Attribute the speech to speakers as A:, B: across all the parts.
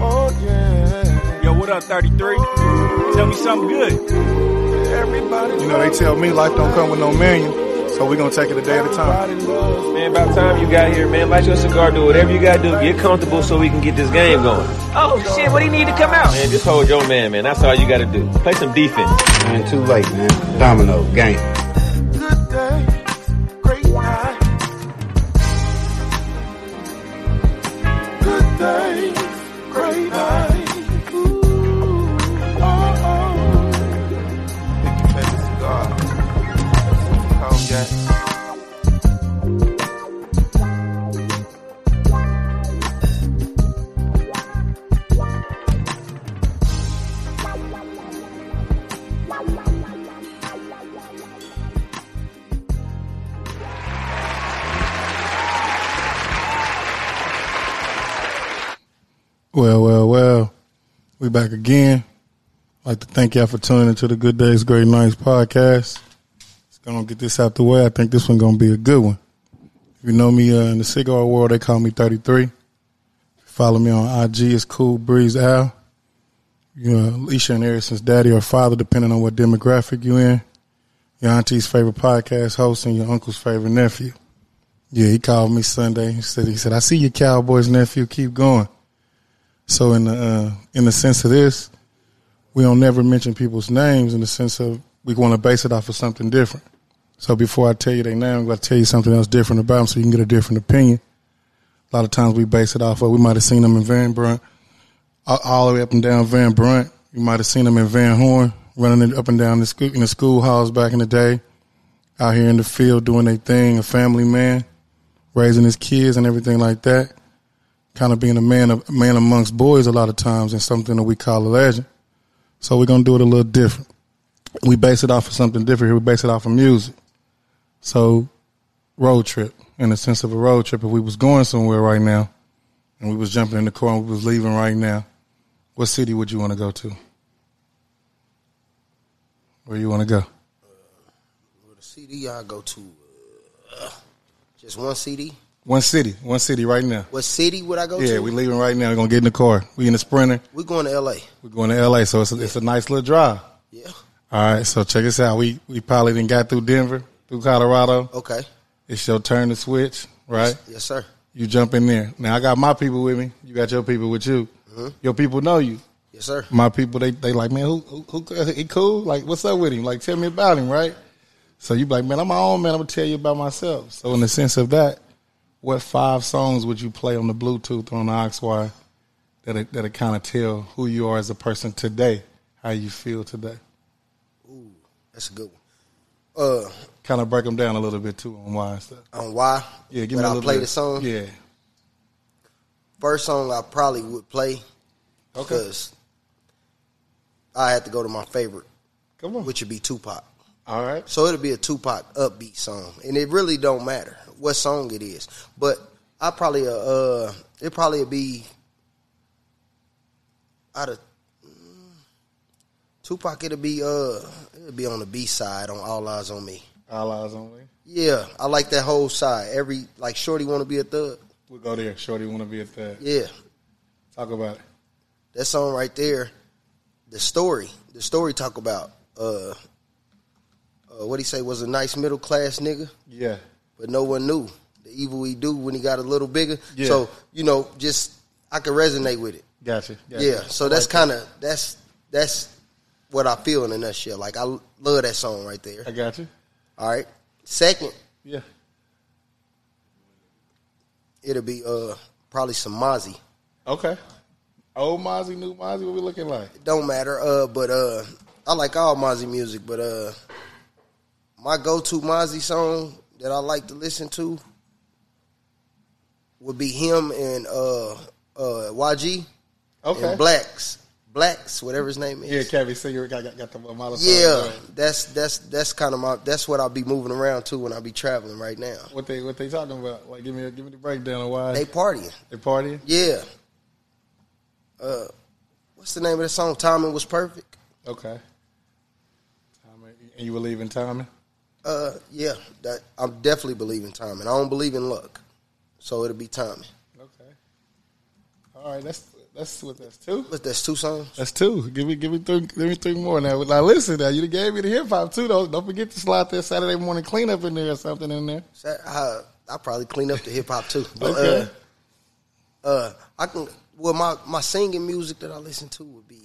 A: Oh yeah.
B: Yo, what up, 33? Tell me something good.
A: Everybody.
C: You know, they tell me life don't come with no manual, so we gonna take it a day at a time.
B: Man, about time you got here, man. Light your cigar, do whatever you gotta do. Get comfortable so we can get this game going.
D: Oh shit, what do you need to come out?
B: Man, just hold your man, man. That's all you gotta do. Play some defense.
E: Man, too late, man. Domino, game.
A: Good day. Great night. Good day. Great night. Ooh, oh, oh. Pick your favorite cigar. Cognac.
C: Well, well, well. We back again. I'd like to thank y'all for tuning into the Good Days, Great Nights podcast. Just gonna get this out the way. I think this one gonna be a good one. If you know me uh, in the cigar world, they call me 33. If you follow me on IG, it's Cool Breeze Al. You know, Alicia and Harrison's daddy or father, depending on what demographic you in. Your auntie's favorite podcast host and your uncle's favorite nephew. Yeah, he called me Sunday. He said, he said, I see you, Cowboys nephew. Keep going. So in the uh, in the sense of this, we don't never mention people's names in the sense of we want to base it off of something different. So before I tell you their name, I'm going to tell you something else different about them so you can get a different opinion. A lot of times we base it off of we might have seen them in Van Brunt, all, all the way up and down Van Brunt. You might have seen them in Van Horn running it up and down the school in the school halls back in the day, out here in the field doing their thing, a family man, raising his kids and everything like that kind of being a man a man amongst boys a lot of times and something that we call a legend. So we're gonna do it a little different. We base it off of something different here. We base it off of music. So road trip, in the sense of a road trip, if we was going somewhere right now and we was jumping in the car and we was leaving right now, what city would you wanna go to? Where you wanna go?
E: The CD I go to, uh, just one CD.
C: One city. One city right now.
E: What city would I go
C: Yeah,
E: to?
C: we leaving right now. We're gonna get in the car. We in the sprinter.
E: we going to LA.
C: We're going to LA, so it's a, it's a nice little drive.
E: Yeah.
C: All right, so check us out. We we probably did got through Denver, through Colorado.
E: Okay.
C: It's your turn to switch, right?
E: Yes, sir.
C: You jump in there. Now I got my people with me. You got your people with you. Your people know you.
E: Yes, sir.
C: My people, they they like, man, who who, who he cool? Like, what's up with him? Like, tell me about him, right? So you be like, man, I'm my own man. I'm gonna tell you about myself. So in the sense of that, what five songs would you play on the Bluetooth or on the Oxwire that that kind of tell who you are as a person today, how you feel today?
E: That's a good one. Uh,
C: kind of break them down a little bit too on why and stuff.
E: on why?
C: Yeah, give
E: would
C: me a
E: I
C: little
E: play
C: bit.
E: the song?
C: Yeah,
E: First song I probably would play. Because I had to go to my favorite,
C: come on.
E: which would be Tupac.
C: All right,
E: So it'll be a Tupac upbeat song, and it really don't matter what song it is. But I probably uh, uh it probably would be out of mm, Tupac. It'll be uh it'll be on the B side on All Eyes on Me.
C: all eyes on me.
E: Yeah, I like that whole side. Every like Shorty want to be a thug.
C: We'll go there. Shorty want to be at that.
E: Yeah,
C: Talk about it.
E: that song right there. The story, the story talk about uh, uh what he say was a nice middle class nigga.
C: Yeah,
E: but no one knew the evil he do when he got a little bigger.
C: Yeah.
E: So you know, just I could resonate with it.
C: gotcha. gotcha.
E: Yeah. So that's kind of that's that's what I feel in a nutshell. Like I love that song right there.
C: I got you.
E: All right. Second,
C: Yeah,
E: it'll be uh probably some Mozzie.
C: okay. Old Mozzie, new Mozzie, what we looking like?
E: Don't matter. Uh, but uh, I like all Mozzie music. But uh, my go-to Mozzie song that I like to listen to would be him and uh uh YG.
C: Okay.
E: and blacks, blacks, whatever his name
C: Yeah,
E: is.
C: Cavi, see you got, got got the model. song.
E: Yeah, that's that's that's kind of my that's what I'll be moving around to when I be traveling right now.
C: What they what they talking about? Like, give me give me the breakdown of why
E: They
C: they,
E: partying,
C: partying.
E: yeah. Uh, what's the name of the song? Timing was perfect.
C: Okay. Tommy, and you believe in Tommy?
E: Uh, yeah, that I definitely believe in timing. I don't believe in luck, so it'll be timing.
C: Okay. All right, that's that's what that's two.
E: But that's two songs.
C: That's two. Give me give me three give me three more now. Now listen now, you done gave me the hip hop too though. Don't forget to slot that Saturday morning cleanup in there or something in there.
E: So I I probably clean up the hip hop too. But,
C: Okay.
E: Uh, uh, I can. Well, my my singing music that I listen to would be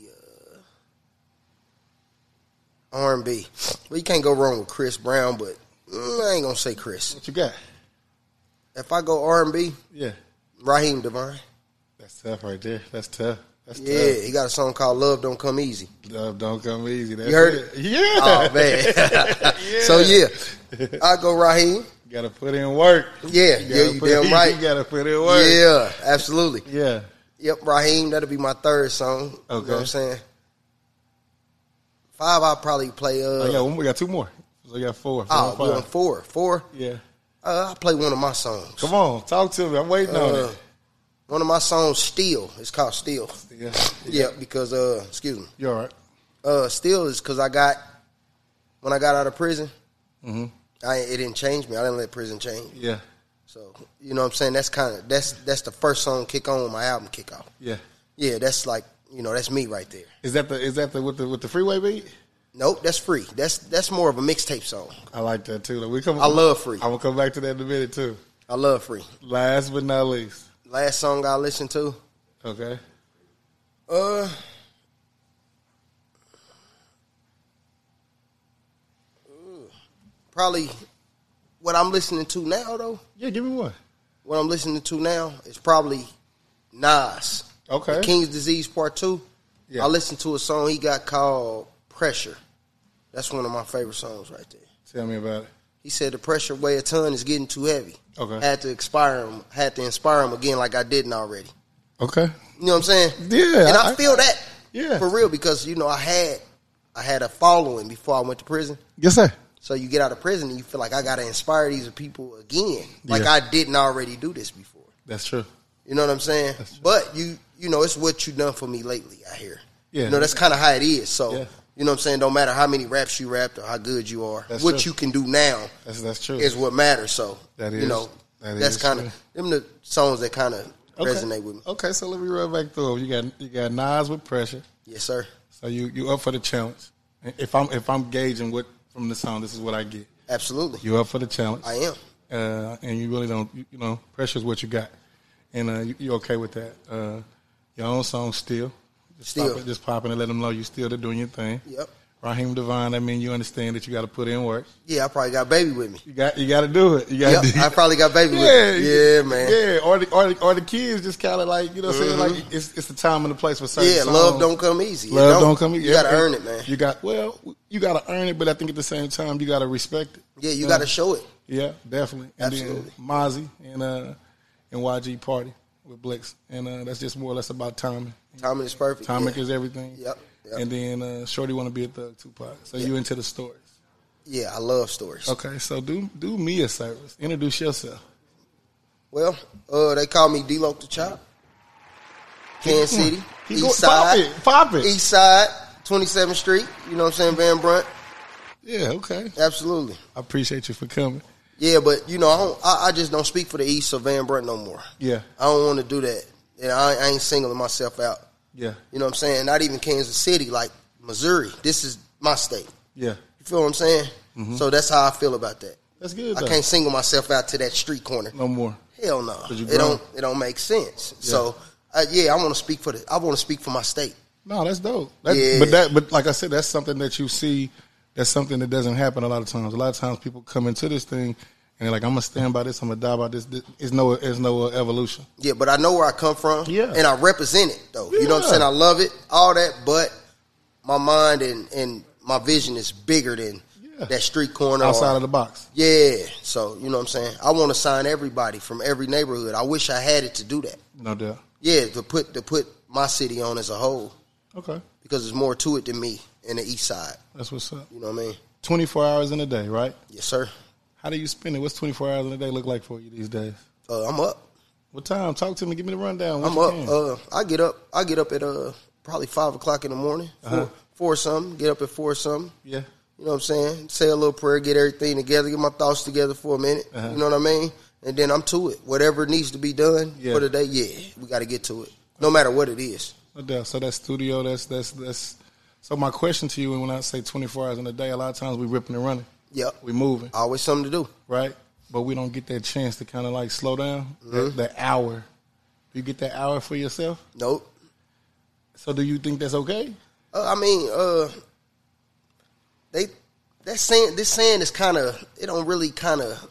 E: uh, R and B. Well, you can't go wrong with Chris Brown, but mm, I ain't gonna say Chris.
C: What you got?
E: If I go R and B,
C: Yeah.
E: Raheem Devine.
C: That's tough right there. That's tough. That's
E: Yeah, he got a song called "Love Don't Come Easy."
C: tough. Love don't come easy. That's
E: You heard
C: it.
E: it?
C: Yeah.
E: Oh man. So yeah, I go Raheem.
C: gotta put in work.
E: Yeah, yeah,
C: gotta
E: you
C: put in-
E: damn right.
C: You gotta put in work.
E: Yeah, absolutely.
C: Yeah.
E: Yep, Raheem, that'll be my third song. You know
C: Okay.
E: what I'm saying? Five, I'll probably play. Uh,
C: I got one. We got two more. So we got four. Four
E: oh,
C: and
E: we on
C: five.
E: four. Four,
C: Yeah.
E: uh, I'll play one of my songs.
C: Come on, talk to me. I'm waiting on
E: Uh,
C: it.
E: one of my songs, Steel. It's called Steel.
C: Yeah.
E: Yeah, because, uh, excuse me.
C: You all right?
E: Uh, Steel is because I got, when I got out of prison,
C: Mm-hmm.
E: I, it didn't change me. I didn't let prison change. me.
C: Yeah.
E: So, you know what I'm saying? That's kind of, that's, that's the first song kick on when my album kick off.
C: Yeah.
E: Yeah, that's like, you know, that's me right there.
C: Is that the is that the with the with the freeway beat?
E: Nope, that's free. That's that's more of a mixtape song.
C: I like that too. Like, we come.
E: I love Free.
C: I'm gonna come back to that in a minute too.
E: I love free.
C: Last but not least.
E: Last song I listened to,
C: Okay.
E: uh, probably what I'm listening to now though.
C: Yeah, give me one.
E: What I'm listening to now is probably Nas.
C: Okay.
E: The King's Disease Part Two.
C: Yeah.
E: I listened to a song he got called Pressure. That's one of my favorite songs right there.
C: Tell me about it.
E: He said the pressure weigh a ton is getting too heavy.
C: Okay.
E: Had to inspire him. Had to inspire him again, like I didn't already.
C: Okay.
E: You know what I'm saying?
C: Yeah,
E: And I,
C: I-
E: feel that.
C: Yeah.
E: For real, because you know I had I had a following before I went to prison.
C: Yes, sir.
E: So you get out of prison and you feel like I gotta inspire these people again. Like
C: Yeah.
E: I didn't already do this before.
C: That's true.
E: You know what I'm saying? But you you know it's what you done for me lately. I hear.
C: Yeah.
E: You know that's kind of how it is. So
C: Yeah.
E: you know what I'm saying. Don't matter how many raps you rapped or how good you are,
C: That's
E: what
C: true.
E: you can do now
C: That's that's true.
E: is what matters. So
C: That is-
E: you know
C: that
E: that's
C: is
E: kind
C: true.
E: of them the songs that kind of
C: Okay.
E: resonate with me.
C: Okay, so let me run back through. 'em. You got you got Nas with pressure.
E: Yes, sir.
C: So you you up for the challenge? If I'm if I'm gauging what from the song, this is what I get.
E: Absolutely,
C: You up for the challenge?
E: I am.
C: uh, and you really don't, you, you know, pressure's what you got, and uh, you, you okay with that. Uh, your own song still, just
E: Still.
C: popping, just popping and let them know you still doing your thing.
E: Yep.
C: Raheem Devine, that mean you understand that you got to put in work.
E: Yeah, I probably got baby with me.
C: You got you got to do it. You got
E: Yep,
C: to
E: I probably got baby
C: yeah,
E: with me. Yeah, man. Yeah,
C: Yeah, or the, or the, or the kids just kind of like you know, what I'm saying like it's it's the time and the place for certain. songs.
E: Mm-hmm. love don't come easy. It
C: Love don't, come easy.
E: You gotta
C: Everything-
E: earn it, man.
C: You got well, you gotta earn it, but I think at the same time you gotta respect it.
E: yeah, you
C: know?
E: gotta show it.
C: Yeah, definitely. And
E: Absolutely.
C: then Mozzie and uh and YG Party with Blix. And uh that's just more or less about timing.
E: Timing is perfect.
C: Timing
E: yeah.
C: is everything.
E: Yep, yep.
C: And then uh Shorty wanna be a thug Tupac. So you into the stories.
E: Yeah, I love stories.
C: Okay, so do do me a service. Introduce yourself.
E: Well, uh, they call me D-Loc the Chop. Kansas
C: going.
E: City,
C: Keep going.
E: East Side,
C: Pop it. Pop it.
E: East Side, 27th Street. You know what I'm saying, Van Brunt?
C: Yeah, okay.
E: Absolutely.
C: I appreciate you for coming.
E: Yeah, but you know, I, don't, I, I just don't speak for the East or Van Brunt no more.
C: Yeah.
E: I don't want to do that, and I, I ain't singling myself out.
C: Yeah.
E: You know what I'm saying? Not even Kansas City, like Missouri. This is my state.
C: Yeah.
E: You feel what I'm saying?
C: Mm-hmm.
E: So that's how I feel about that.
C: That's good
E: I
C: though.
E: can't single myself out to that street corner.
C: no more.
E: Hell no.
C: you
E: It
C: grown.
E: don't. It don't make sense. So uh, yeah, I want to speak for the. I want to speak for my state.
C: No, that's dope. That,
E: Yeah.
C: But that, but like I said, that's something that you see. That's something that doesn't happen a lot of times. A lot of times people come into this thing and they're like, "I'm gonna stand by this. I'm gonna die by this." This- It's no, it's no uh, evolution.
E: Yeah, but I know where I come from.
C: Yeah.
E: And I represent it though. You
C: Yeah.
E: know what I'm saying? I love it, all that, but my mind and, and my vision is bigger than
C: Yeah.
E: that street corner. or-
C: Outside of the box.
E: yeah. So, you know what I'm saying? I want to sign everybody from every neighborhood. I wish I had it to do that.
C: No doubt.
E: Yeah, to put to put my city on as a whole.
C: Okay,
E: Because there's more to it than me in the east side.
C: that's what's up.
E: You know what I mean?
C: Twenty four hours in a day, right?
E: Yes, sir.
C: How do you spend it? What's twenty four hours in a day look like for you these days?
E: Uh, I'm up.
C: What time? Talk to me. Give me the rundown. What
E: I'm
C: you
E: up.
C: can.
E: Uh, I get up.
C: Uh-huh.
E: I get up at uh probably five o'clock in the morning, 4 four something. Get up at four something.
C: yeah.
E: You know what I'm saying? Say a little prayer, get everything together, get my thoughts together for a minute.
C: Uh-huh.
E: You know what I mean? And then I'm to it. Whatever needs to be done
C: Yeah.
E: for the day, yeah, we got to get to it, no matter what it is.
C: No doubt. So that studio, that's that's that's. So my question to you, when I say 24 hours in a day, a lot of times we ripping and running,
E: Yep,
C: we moving,
E: always something to do.
C: right? But we don't get that chance to kind of like slow down. That,
E: Mm-hmm.
C: that hour, you get that hour for yourself.
E: Nope.
C: So do you think that's okay?
E: Uh, I mean, uh, they that saying this saying is kind of it don't really kind of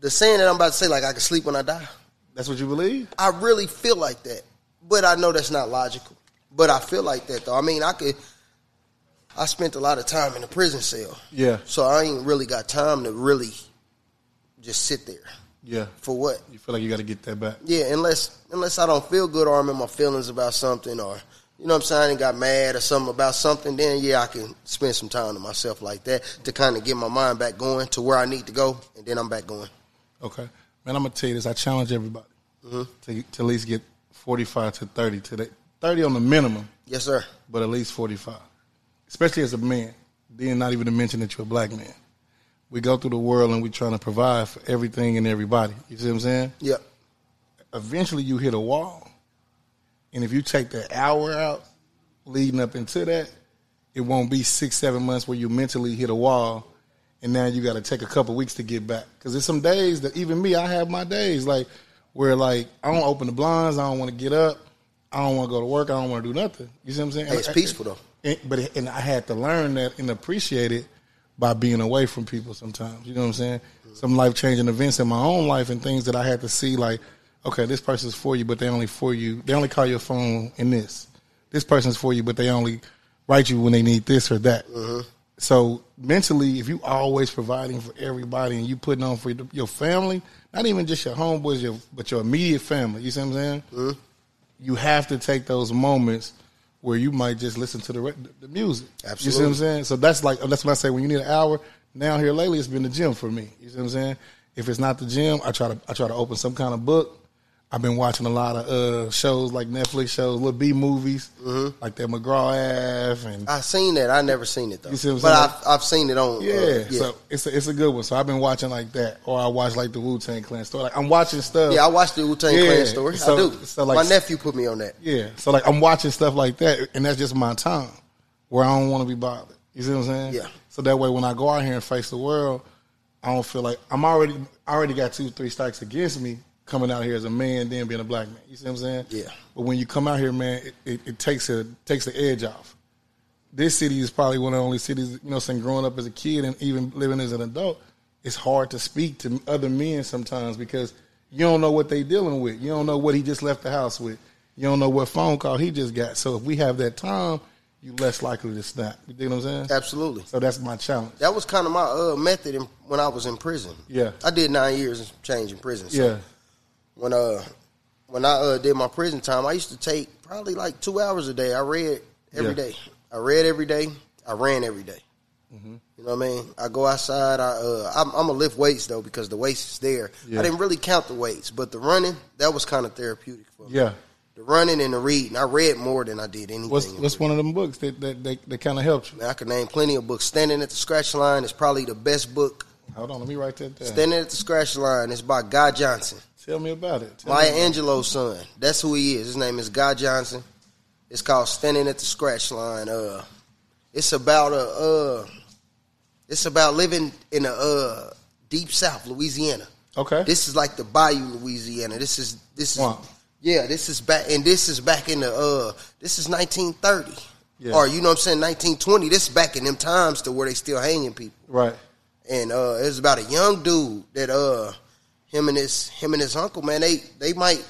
E: the saying that I'm about to say like I can sleep when I die.
C: That's what you believe?
E: I really feel like that, but I know that's not logical. But I feel like that though. I mean, I could. I spent a lot of time in a prison cell,
C: Yeah,
E: so I ain't really got time to really just sit there
C: yeah.
E: for what.
C: You feel like you got to get that back.
E: Yeah, unless unless I don't feel good or I'm in my feelings about something or you know what I'm saying, and got mad or something about something, then yeah, I can spend some time to myself like that to kind of get my mind back going to where I need to go, and then I'm back going.
C: Okay, man. I'm gonna tell you this. I challenge everybody to, to at least get 45 to 30 today. 30 on the minimum,
E: Yes, sir.
C: but at least 45, especially as a man. Then not even to mention that you're a black man. We go through the world and we trying to provide for everything and everybody. You see what I'm saying?
E: Yep.
C: Eventually, you hit a wall, and if you take that hour out leading up into that, it won't be six, seven months where you mentally hit a wall, and now you got to take a couple weeks to get back. Because there's some days that even me, I have my days like where like I don't open the blinds, I don't want to get up, I don't want to go to work, I don't want to do nothing. You see what I'm saying?
E: Hey, it's peaceful, though.
C: And, but it- and I had to learn that and appreciate it by being away from people sometimes. You know what I'm saying? Some life changing events in my own life and things that I had to see like, okay, this person's for you, but they only for you. They only call your phone in this. This person's for you, but they only write you when they need this or that. So mentally, if you always providing for everybody and you putting on for your family, not even just your homeboys, your but your immediate family. You see what I'm saying? you have to take those moments where you might just listen to the re- the music. You see what I'm
E: Absolutely.
C: saying? So that's like that's what I say when you need an hour. Now here lately, it's been the gym for me. You see what I'm saying? If it's not the gym, I try to I try to open some kind of book. I've been watching a lot of uh, shows like Netflix shows, little B movies,
E: Mm-hmm.
C: like that McGraw F and
E: I seen that. I never seen it though,
C: You see what I'm
E: but
C: saying?
E: I've I've seen it on. uh,
C: Yeah, so it's a, it's a good one. So I've been watching like that, or I watch like the Wu Tang Clan story. Like I'm watching stuff.
E: yeah, I watched the Wu Tang
C: Yeah,
E: Clan story.
C: so-
E: I do.
C: so, like-
E: my nephew put me on that.
C: yeah. So like I'm watching stuff like that, and that's just my time where I don't want to be bothered. You see what I'm saying?
E: Yeah.
C: So that way, when I go out here and face the world, I don't feel like I'm already I already got two three strikes against me coming out here as a man, then being a black man. You see what I'm saying?
E: Yeah.
C: But when you come out here, man, it, it, it takes a takes the edge off. this city is probably one of the only cities, you know, since growing up as a kid and even living as an adult, it's hard to speak to other men sometimes because you don't know what they dealing with. You don't know what he just left the house with. You don't know what phone call he just got. So if we have that time, you less likely to snap. You dig what I'm saying?
E: Absolutely.
C: So that's my challenge.
E: That was kind of my uh, method in, when I was in prison.
C: Yeah.
E: I did nine years and some change in prison. So
C: Yeah.
E: when uh when I uh, did my prison time, I used to take probably like two hours a day. I read every
C: Yeah.
E: day. I read every day. I ran every day.
C: Mm-hmm.
E: You know what I mean? I go outside. I uh, I'm, I'm gonna lift weights though because the weights is there.
C: Yeah.
E: I didn't really count the weights, but the running that was kind of therapeutic for me.
C: Yeah.
E: The running and the reading. I read more than I did anything.
C: What's
E: in
C: what's one of them books that that, that, that kind of helped you?
E: prison. I could name plenty of books. Standing at the scratch line is probably the best book.
C: Hold on, let me write that down.
E: Standing at the scratch line is by Guy Johnson.
C: Tell me about it. Tell
E: Maya
C: me.
E: Angelou's son. That's who he is. His name is Guy Johnson. It's called Standing at the Scratch Line. Uh, it's about a uh, it's about living in a uh, deep South, Louisiana.
C: Okay.
E: This is like the Bayou, Louisiana. This is this is
C: Wow.
E: yeah. This is back and this is back in the uh, this is 1930
C: Yeah.
E: or you know what I'm saying 1920. This is back in them times to where they still hanging people
C: right.
E: and uh, it was about a young dude that uh, him and his him and his uncle, man, they they might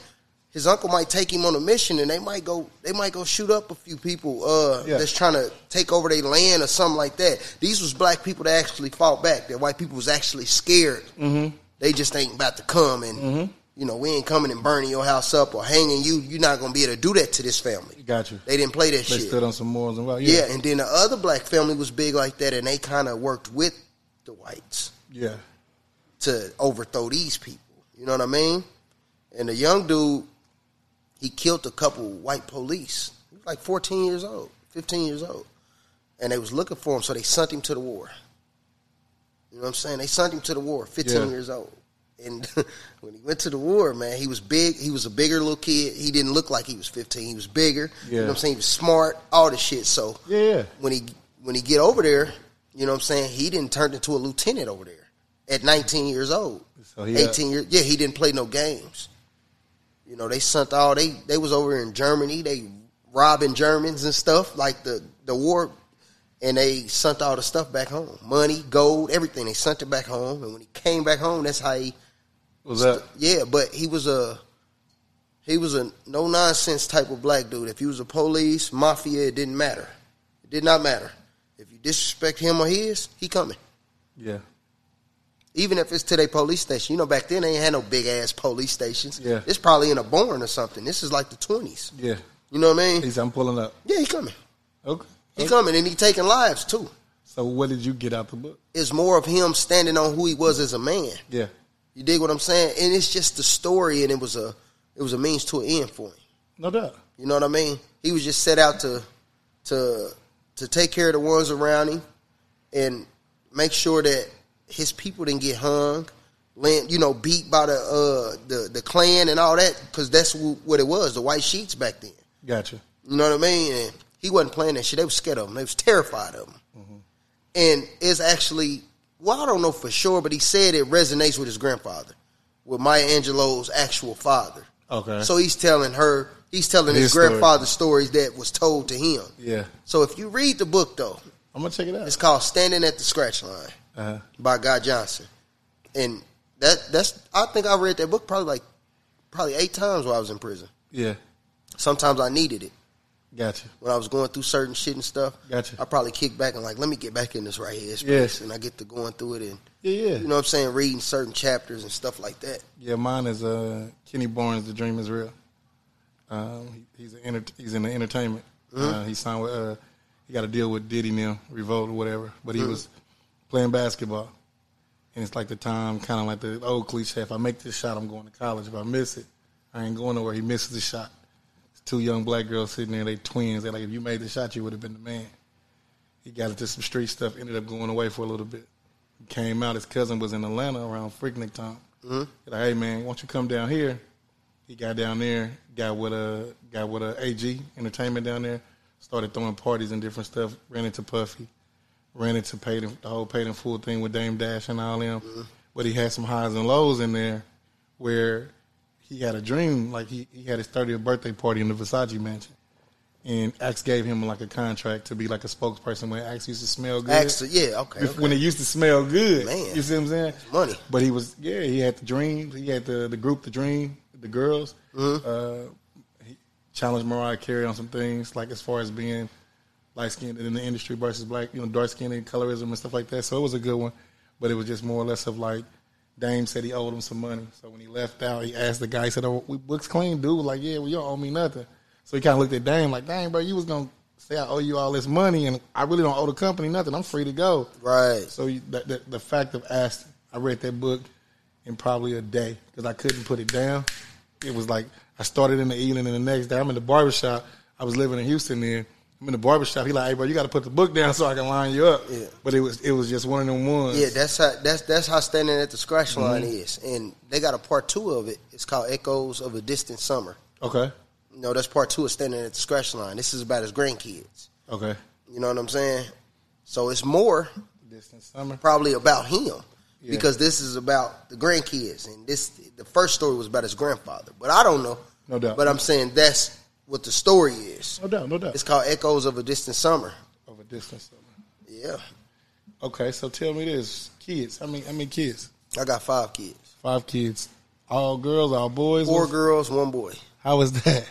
E: his uncle might take him on a mission, and they might go they might go shoot up a few people uh,
C: Yeah.
E: that's trying to take over their land or something like that. These was black people that actually fought back. That white people was actually scared. Mm-hmm. They just ain't about to come and.
C: Mm-hmm.
E: You know, we ain't coming and burning your house up or hanging you. You're not gonna be able to do that to this family.
C: Got you.
E: They didn't play that
C: They
E: shit.
C: stood on some morals and values.
E: yeah, and then the other black family was big like that, and they kind of worked with the whites
C: Yeah.
E: to overthrow these people. You know what I mean? And the young dude, he killed a couple white police. He was like 14 years old, 15 years old. and they was looking for him, so they sent him to the war. You know what I'm saying? They sent him to the war, 15
C: Yeah.
E: years old. And when he went to the war, man, he was big. He was a bigger little kid. He didn't look like he was 15. He was bigger. You know
C: Yeah.
E: what I'm saying? He was smart, all this shit. So
C: Yeah.
E: when he when he get over there, you know what I'm saying? He didn't turn into a lieutenant over there at 19 years old.
C: So he- uh,
E: 18 years. Yeah, he didn't play no games. You know, they sent all they they was over in Germany. They robbing Germans and stuff like the the war, and they sent all the stuff back home, money, gold, everything. They sent it back home, and when he came back home, that's how he.
C: Was that?
E: Yeah, but he was a he was a no nonsense type of black dude. If he was a police mafia, it didn't matter. It did not matter. If you disrespect him or his, he coming.
C: Yeah.
E: Even if it's to their police station. You know, back then they ain't had no big ass police stations.
C: Yeah.
E: It's probably in a barn or something. This is like the twenties.
C: Yeah.
E: You know what I mean?
C: He said, I'm pulling up.
E: yeah, he coming.
C: Okay.
E: He coming and he taking lives too.
C: So what did you get out the book?
E: It's more of him standing on who he was as a man.
C: Yeah.
E: You dig what I'm saying? And it's just the story and it was a it was a means to an end for him.
C: No doubt.
E: You know what I mean? He was just set out to to to take care of the ones around him and make sure that his people didn't get hung, land, you know, beat by the uh the the Klan and all that because that's wh- what it was, the white sheets back then.
C: Gotcha.
E: You know what I mean? And he wasn't playing that shit. They was scared of him. They was terrified of him. And it's actually, well, I don't know for sure, but he said it resonates with his grandfather, with Maya Angelou's actual father.
C: Okay.
E: So he's telling her, he's telling his,
C: His story.
E: grandfather's stories that was told to him.
C: Yeah.
E: So if you read the book, though,
C: I'm gonna check it
E: it's
C: out.
E: called Standing at the Scratch Line
C: Uh-huh.
E: by Guy Johnson. And that that's I think I read that book probably like probably eight times while I was in prison.
C: Yeah.
E: Sometimes I needed it
C: Gotcha.
E: when I was going through certain shit and stuff.
C: Gotcha.
E: I probably kicked back and like, let me get back in this right here. space.
C: Yes.
E: And I get to going through it and
C: Yeah, yeah.
E: you know what I'm saying, reading certain chapters and stuff like that.
C: Yeah, mine is uh, Kenny Barnes. The Dream is Real. Um, he- he's an enter- he's in the entertainment. Uh, he signed with uh, he got a deal with Diddy now, Revolt or whatever. But he was playing basketball, and it's like the time, kind of like the old cliche: if I make this shot, I'm going to college. If I miss it, I ain't going nowhere. He misses the shot. It's two young black girls sitting there. They twins. They're like, if you made the shot, you would have been the man. He got into some street stuff. Ended up going away for a little bit. He came out. His cousin was in Atlanta around Freaknik time. mm Like, hey man, won't you come down here? He got down there, got with a got with a AG Entertainment down there, started throwing parties and different stuff. Ran into Puffy, ran into paid the whole paid in full thing with Dame Dash and all them. But he had some highs and lows in there, where he had a dream like he, he had his 30th birthday party in the Versace mansion. And Axe gave him like a contract to be like a spokesperson when Axe used to smell good.
E: Asked her- yeah, okay.
C: Bef-
E: okay.
C: when it used to smell good.
E: Man.
C: You see what I'm saying?
E: money.
C: But he was, yeah, he had the dreams. He had the, the group, the dream, the girls. Uh, he challenged Mariah Carey on some things, like as far as being light skinned in the industry versus black, you know, dark skinned and colorism and stuff like that. So it was a good one, but it was just more or less of like, Dame said he owed him some money. So when he left out, he asked the guy, he said, Oh, we books clean, dude. Like, yeah, well, you don't owe me nothing. So he kind of looked at Dame, like, Dang, bro, you was going to say I owe you all this money, and I really don't owe the company nothing. I'm free to go.
E: Right.
C: So you, the, the, the fact of Aston, I read that book in probably a day because I couldn't put it down. It was like I started in the evening, and the next day I'm in the barbershop. I was living in Houston then. I'm in the barbershop. He like, hey, bro, you got to put the book down so I can line you up.
E: Yeah.
C: But it was it was just one of them ones.
E: Yeah, that's how that's that's how standing at the scratch line is. And they got a part two of it. It's called Echoes of a Distant Summer.
C: okay.
E: No, that's part two of standing at the scratch line. This is about his grandkids.
C: Okay.
E: You know what I'm saying? So it's more
C: Distant summer.
E: probably about him
C: Yeah.
E: because this is about the grandkids and this the first story was about his grandfather but i don't know
C: No doubt.
E: but i'm saying that's what the story is
C: No doubt. No doubt.
E: it's called echoes of a distant summer
C: of a distant summer.
E: yeah
C: Okay. So tell me this, kids. How many? How many kids?
E: i got five kids
C: Five kids. All girls. All boys.
E: four girls one boy
C: How was that?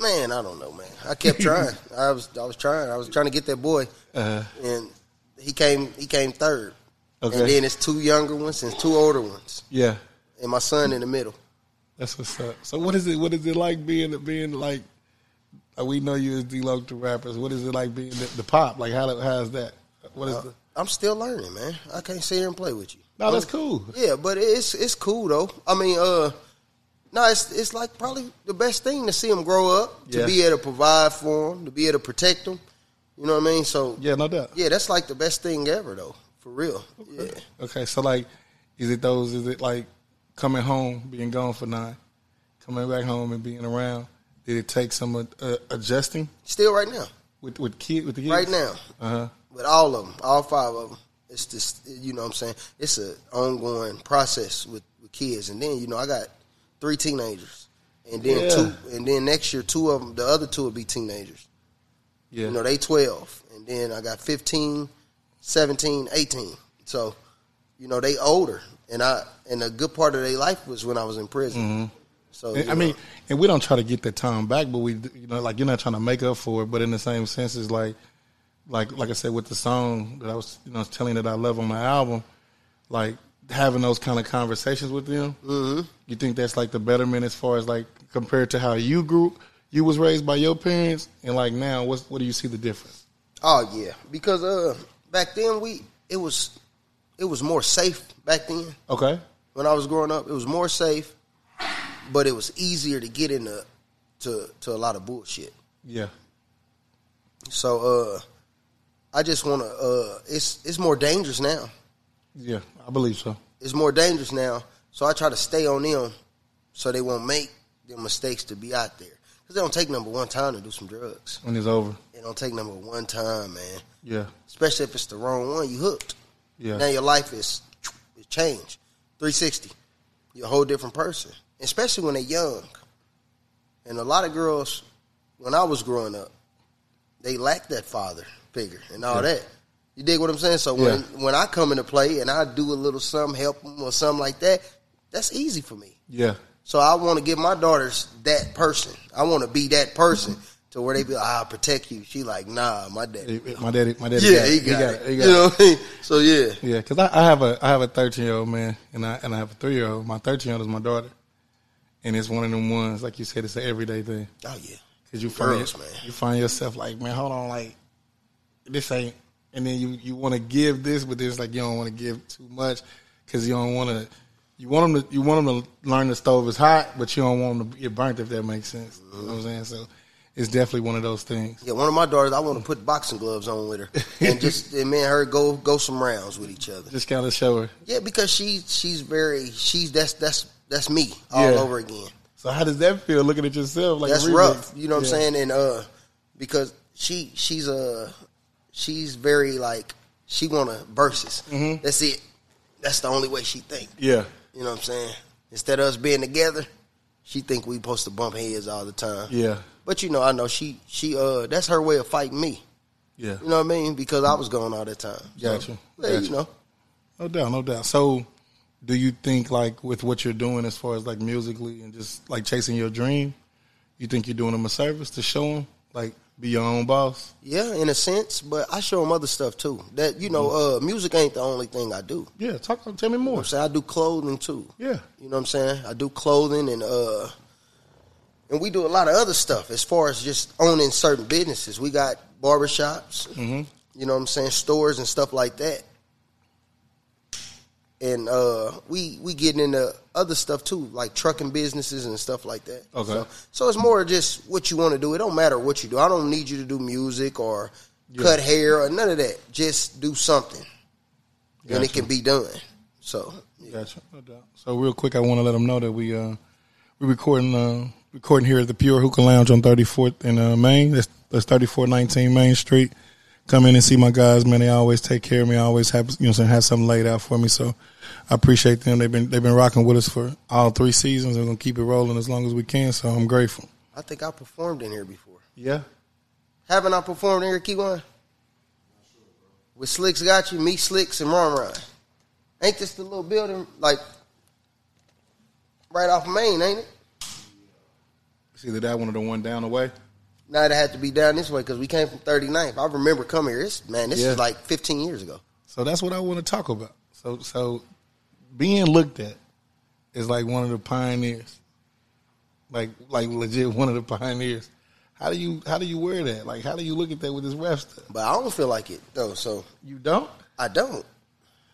E: man i don't know man i kept trying i was i was trying i was trying to get that boy
C: Uh,
E: and he came he came third
C: Okay.
E: and then it's two younger ones and two older ones
C: yeah.
E: and my son in the middle
C: That's what's up. So what is it? What is it like being being like? uh, We know you as D Loc the rappers. What is it like being the, the pop? Like how how is that? What is the? Oh.
E: i'm still learning man i can't sit here and play with you
C: Uh, Uh-huh. No, that's cool.
E: Yeah, but it's it's cool though. I mean, uh, no, it's it's like probably the best thing to see him grow up, to
C: Yeah.
E: be able to provide for him, to be able to protect him, You know what I mean? So
C: Yeah, no doubt.
E: yeah, that's like the best thing ever though, for real. Yeah.
C: Okay, so like, is it those? Is it like coming home, being gone for nine, coming back home and being around? Did it take some uh, uh, adjusting
E: Still right now,
C: with with kid with the kids?
E: right now,
C: Uh huh.
E: with all of them, all five of them. It's just you know what I'm saying. It's an ongoing process with, with kids, and then you know I got three teenagers, and then
C: Yeah.
E: two, and then next year two of them, the other two will be teenagers.
C: Yeah.
E: You know, they 12. And then I got 15, 17, 18. So, you know, they older. And I and a good part of their life was when I was in prison. So,
C: Mm-hmm. And-
E: you
C: I mean,
E: know,
C: and we don't try to get that time back, but we, you know, like you're not trying to make up for it. But in the same sense, it's like, like, like I said with the song that I was, you know, telling that I love on my album, like having those kind of conversations with them. Mm-hmm. You think that's like the betterment as far as like compared to how you grew, you was raised by your parents, and like now, what's what do you see the difference?
E: oh yeah, because uh back then we it was it was more safe back then.
C: Okay,
E: when I was growing up. It was more safe, but it was easier to get into to to a lot of bullshit.
C: yeah,
E: So, uh I just want to uh it's it's more dangerous now.
C: yeah, I believe so.
E: it's more dangerous now. So I try to stay on them so they won't make the mistakes to be out there. Because it don't take number one time to do some drugs.
C: When it's over,
E: It don't take number one time, man.
C: yeah,
E: Especially if it's the wrong one, you hooked.
C: yeah,
E: Now your life is is changed. 360. You're a whole different person. Especially when they're young. And a lot of girls, when I was growing up, they lacked that father figure and all that. You dig what I'm saying? So when, when I come into play and I do a little something, help them or something like that, that's easy for me.
C: yeah,
E: So I want to give my daughters that person. I want to be that person to where they be like, I'll protect you. She like, nah, my daddy.
C: It- it- my daddy, my daddy,
E: Yeah,
C: got it.
E: he got, it.
C: he
E: You know what I mean? So yeah.
C: Yeah, because I, I have a I have a thirteen year old man, and I and I have a three year old. My thirteen year old is my daughter, and it's one of them ones like you said, it's an everyday thing.
E: Oh yeah.
C: Cause you find
E: Girls, man.
C: you find yourself like, man, hold on, like this ain't, and then you you want to give this, but it's like you don't want to give too much because you don't want to. You want them to you want them to learn the stove is hot, but you don't want them to get burnt if that makes sense. You know what I'm saying? So it's definitely one of those things.
E: Yeah, one of my daughters, I want to put boxing gloves on with her, and just and me and her go go some rounds with each other.
C: Just kind of show her.
E: Yeah, because she she's very she's that's that's that's me all
C: Yeah.
E: over again.
C: So how does that feel? Looking at yourself like a
E: That's
C: remix?
E: rough, you know what
C: Yeah.
E: I'm saying? And uh, because she she's uh she's very like she want to verses. That's it. That's the only way she think.
C: Mm-hmm. Yeah.
E: You know what I'm saying? Instead of us being together, she think we supposed to bump heads all the time.
C: Yeah.
E: But you know, I know she she uh that's her way of fighting me.
C: Yeah.
E: You know what I mean? Because I was gone all that time. So,
C: Gotcha.
E: yeah, You
C: Gotcha.
E: know,
C: No doubt, no doubt. So, do you think like with what you're doing as far as like musically and just like chasing your dream, you think you're doing them a service to show them like be your own boss?
E: yeah, in a sense. But I show them other stuff too. That you know,
C: Mm-hmm.
E: uh, music ain't the only thing I do.
C: Yeah, talk. Tell me
E: You know what
C: more.
E: I'm saying I do clothing too.
C: Yeah,
E: You know what I'm saying? I do clothing and uh, and we do a lot of other stuff as far as just owning certain businesses. We got barbershops.
C: Mm-hmm.
E: mm You know what I'm saying? Stores and stuff like that. And uh, we we getting into other stuff too, like trucking businesses and stuff like that.
C: Okay.
E: So, so it's more just what you want to do. It don't matter what you do. I don't need you to do music or cut hair or none of that. Just do something, and it
C: Gotcha.
E: can be done. So yeah.
C: gotcha. No doubt. So real quick, I want to let them know that we uh we recording uh recording here at the Pure Hookah Lounge on 34th in uh, Main. That's that's 3419 Main Street. Come in and see my guys, man. They always take care of me. Always have you know what I'm saying have something laid out for me. So I appreciate them. They've been they've been rocking with us for all three seasons. We're gonna keep it rolling as long as we can. So I'm grateful.
E: I think I performed in here before.
C: Yeah.
E: Haven't I performed in here, Key One? With Slicks Got You, me, Slicks, and Ron Ron. Ain't this the little building, like, right off Main, ain't it?
C: It's either that one or the one down the way.
E: Now it had to be down this way because we came from 39th. I remember coming here. This, man, this
C: Yeah.
E: is like 15 years ago.
C: So that's what I want to talk about. So so being looked at is like one of the pioneers. Like like legit one of the pioneers. How do you how do you wear that? Like how do you look at that with this rap stuff?
E: But I don't feel like it, though, so
C: You don't?
E: I don't.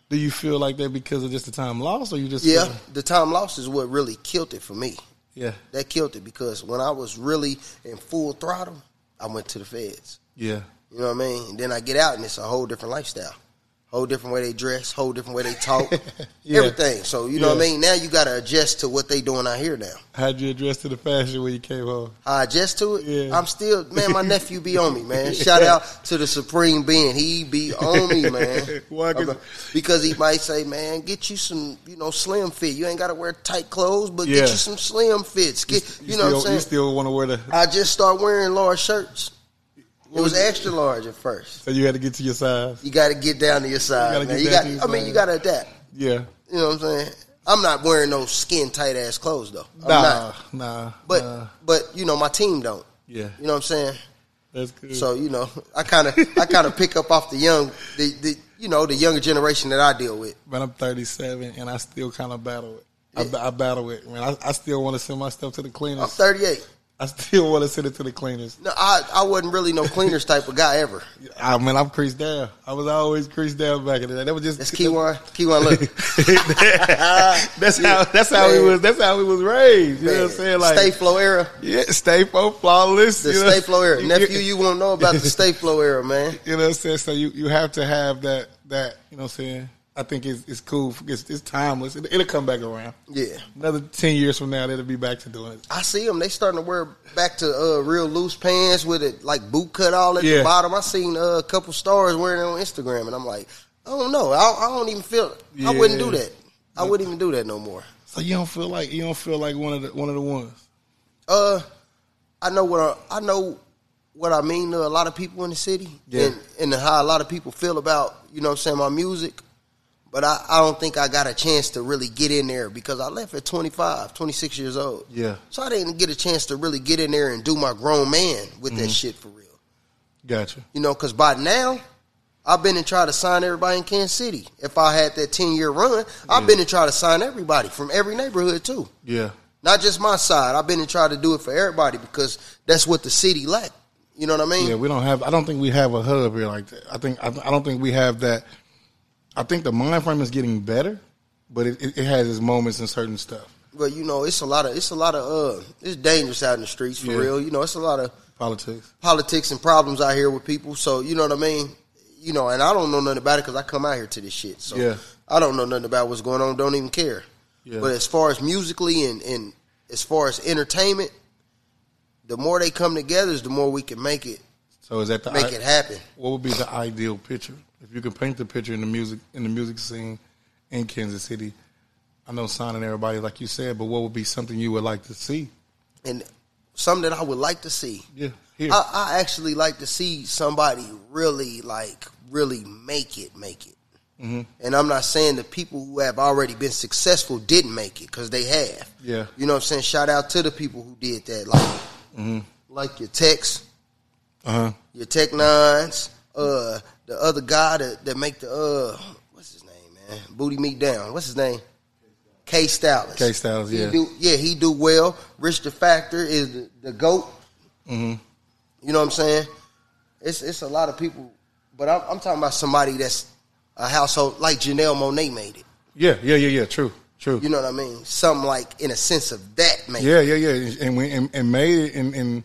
C: Do you feel like that because of just the time lost or you just
E: Yeah,
C: feel-
E: the time lost is what really killed it for me.
C: yeah.
E: That killed it because when I was really in full throttle, I went to the feds.
C: Yeah.
E: You know what I mean? And then I get out and it's a whole different lifestyle. Whole different way they dress, whole different way they talk,
C: Yeah.
E: everything. So you know what I
C: Yeah.
E: mean. Now you got to adjust to what they doing out here now.
C: How'd you address to the fashion when you came home?
E: I adjust to it.
C: Yeah.
E: I'm still man. My nephew be on me, man. Shout out to the supreme being. He be on me, man.
C: Why, 'cause-
E: because he might say, man, get you some, you know, slim fit. You ain't got to wear tight clothes, but
C: Yeah.
E: get you some slim fits. Get, you, know
C: still,
E: what I'm saying?
C: You still want to wear the?
E: I just start wearing large shirts. It was extra large at first.
C: So you had to get to your size.
E: You got to get down to your
C: gotta
E: size, man.
C: get
E: You
C: down
E: got.
C: to your
E: I mean,
C: size.
E: you got to adapt.
C: Yeah.
E: You know what I'm saying? I'm not wearing no skin tight ass clothes though. I'm
C: Nah,
E: not.
C: nah.
E: But
C: nah.
E: but you know my team don't.
C: yeah,
E: You know what I'm saying?
C: that's good.
E: So you know I kind of I kind of pick up off the young the, the you know the younger generation that I deal with.
C: but I'm 37 and I still kind of battle it. I, ba- I battle it, man. I, I still want to send my stuff to the
E: I'm
C: cleaners.
E: 38.
C: I still want to send it to the cleaners.
E: No, I I wasn't really no cleaners type of guy ever.
C: I mean, I'm creased down. I was always creased down back in the day. That was just
E: That's Keywan. Keywan, look.
C: that's how that's how we
E: Man.
C: was that's how we was raised. You know what I'm saying? Like
E: Stay flow era.
C: yeah, stay flow, flawless.
E: The
C: you know?
E: Stay Flow era.
C: You-
E: Nephew, you won't know about the Stay Flow era, man.
C: You know what I'm saying? So you, you have to have that that you know what I'm saying. I think it's it's cool. It's, it's timeless. It, it'll come back around.
E: Yeah.
C: Another ten years from now, they'll be back to doing it.
E: I see them. They starting to wear back to uh, real loose pants with it like boot cut all at
C: Yeah.
E: the bottom. I seen uh, a couple stars wearing it on Instagram, and I'm like, I don't know. I, I don't even feel. I wouldn't do
C: Yeah.
E: that. I wouldn't even do that no more.
C: So you don't feel like you don't feel like one of the one of the ones.
E: Uh, I know what I, I know what I mean to a lot of people in the city,
C: Yeah.
E: and, and how a lot of people feel about you know what I'm saying my music. But I, I don't think I got a chance to really get in there because I left at 25, 26 years old.
C: Yeah.
E: So I didn't get a chance to really get in there and do my grown man with
C: Mm-hmm.
E: that shit for real.
C: Gotcha.
E: You know, because by now, I've been and tried to sign everybody in Kansas City. If I had that 10 year run, I've been and tried to sign everybody from every neighborhood too
C: Yeah.
E: not just my side. I've been and tried to do it for everybody because that's what the city lacked. You know what I mean?
C: Yeah, we don't have. I don't think we have a hub here like that. I think. I, I don't think we have that. I think the mind frame is getting better, but it, it, it has its moments in certain stuff.
E: But you know, it's a lot of it's a lot of uh, it's dangerous out in the streets for
C: Yeah.
E: real. You know, it's a lot of
C: Politics.
E: politics and problems out here with people. So you know what I mean? You know, and I don't know nothing about it because I come out here to this shit. So
C: Yeah.
E: I don't know nothing about what's going on. Don't even care.
C: Yeah.
E: But as far as musically and and as far as entertainment, the more they come together, is the more we can make it
C: So is that the
E: make
C: I-
E: it happen.
C: What would be the ideal picture if you can paint the picture in the music in the music scene in Kansas City? I know signing everybody like you said, but what would be something you would like to see?
E: And something that I would like to see.
C: Yeah, here.
E: I, I actually like to see somebody really like really make it make it
C: Mm-hmm.
E: and i'm not saying the people who have already been successful didn't make it because they have
C: Yeah.
E: you know what i'm saying shout out to the people who did that like
C: Mm-hmm.
E: like your text
C: uh huh.
E: your tech nines uh the other guy that, that make the uh what's his name man booty meat down what's his name K Styles.
C: K Styles, yeah.
E: He do, yeah, he do well. Rich the Factor is the, the GOAT.
C: Mm-hmm.
E: You know what I'm saying? It's it's a lot of people, but I'm, I'm talking about somebody that's a household like Janelle Monet made it.
C: Yeah, yeah, yeah, yeah. True, true.
E: You know what I mean? Something like in a sense of that made it.
C: yeah, yeah, yeah. And we and, and made it, and, and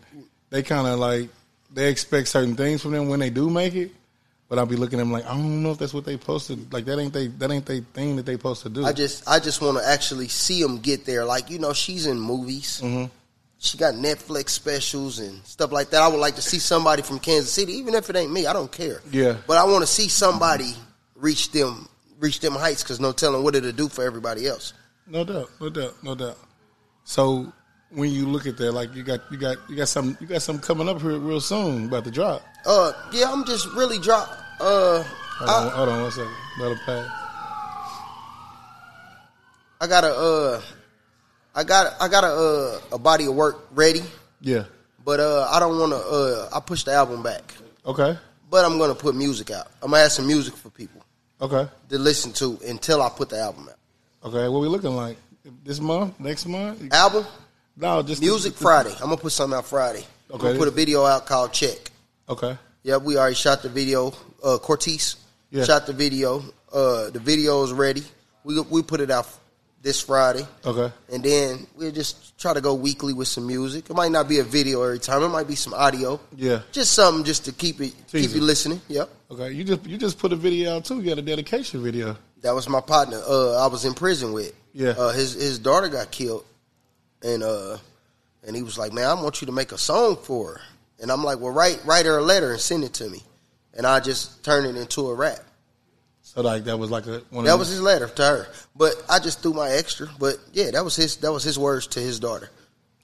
C: they kind of like they expect certain things from them when they do make it. But I'll be looking at them like I don't know if that's what they posted. Like that ain't they that ain't they thing that they supposed to do.
E: I just I just want to actually see them get there. Like you know, she's in movies.
C: Mm-hmm.
E: She got Netflix specials and stuff like that. I would like to see somebody from Kansas City, even if it ain't me. I don't care.
C: Yeah.
E: but I want to see somebody reach them reach them heights because no telling what it'll do for everybody else.
C: No doubt, no doubt, no doubt. So when you look at that, like you got you got you got some you got some coming up here real soon about to drop.
E: Uh, yeah, I'm just really drop. Uh,
C: Hold on, hold on one second. Let it pass.
E: I got a uh, I got I got a uh, a body of work ready,
C: Yeah.
E: but uh, I don't want to. Uh, I push the album back,
C: Okay.
E: but I'm gonna put music out. I'm gonna have some music for people.
C: Okay.
E: to listen to until I put the album out.
C: Okay. What we looking like this month? Next month?
E: Album,
C: No, just
E: music Friday. I'm gonna put something out Friday. I'm
C: Okay.
E: gonna put a video out called Check.
C: Okay.
E: Yep, we already shot the video. Uh, Cortez
C: Yeah.
E: shot the video. Uh, the video is ready. We we put it out this Friday.
C: Okay.
E: And then we'll just try to go weekly with some music. It might not be a video every time. It might be some audio.
C: Yeah.
E: Just something just to keep it
C: Teaser.
E: keep you listening. Yep.
C: Okay. You just you just put a video out too. You got a dedication video.
E: That was my partner. Uh, I was in prison with.
C: Yeah.
E: Uh, his his daughter got killed, and uh, and he was like, "Man, I want you to make a song for her." And I'm like, "Well, write write her a letter and send it to me." And I just turned it into a rap.
C: So like that was like a one.
E: That
C: of
E: was
C: the,
E: his letter to her. But I just threw my extra. But yeah, that was his that was his words to his daughter.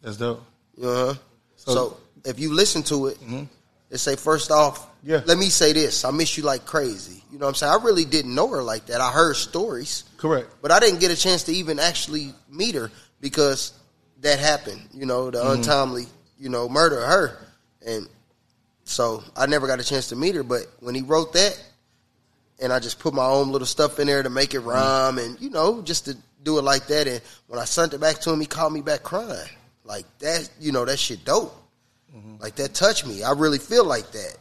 C: that's dope.
E: Uh huh.
C: So- Mm-hmm.
E: So, if you listen to it, it say first off,
C: Yeah.
E: Let me say this: I miss you like crazy. You know what I'm saying? I really didn't know her like that. I heard stories,
C: Correct.
E: but I didn't get a chance to even actually meet her because that happened. You know, the untimely, you know, murder of her, and so I never got a chance to meet her. But when he wrote that, and I just put my own little stuff in there to make it rhyme, and you know, just to do it like that. And when I sent it back to him, he called me back crying. Like that, you know, that shit dope. Like that touched me. I really feel like that.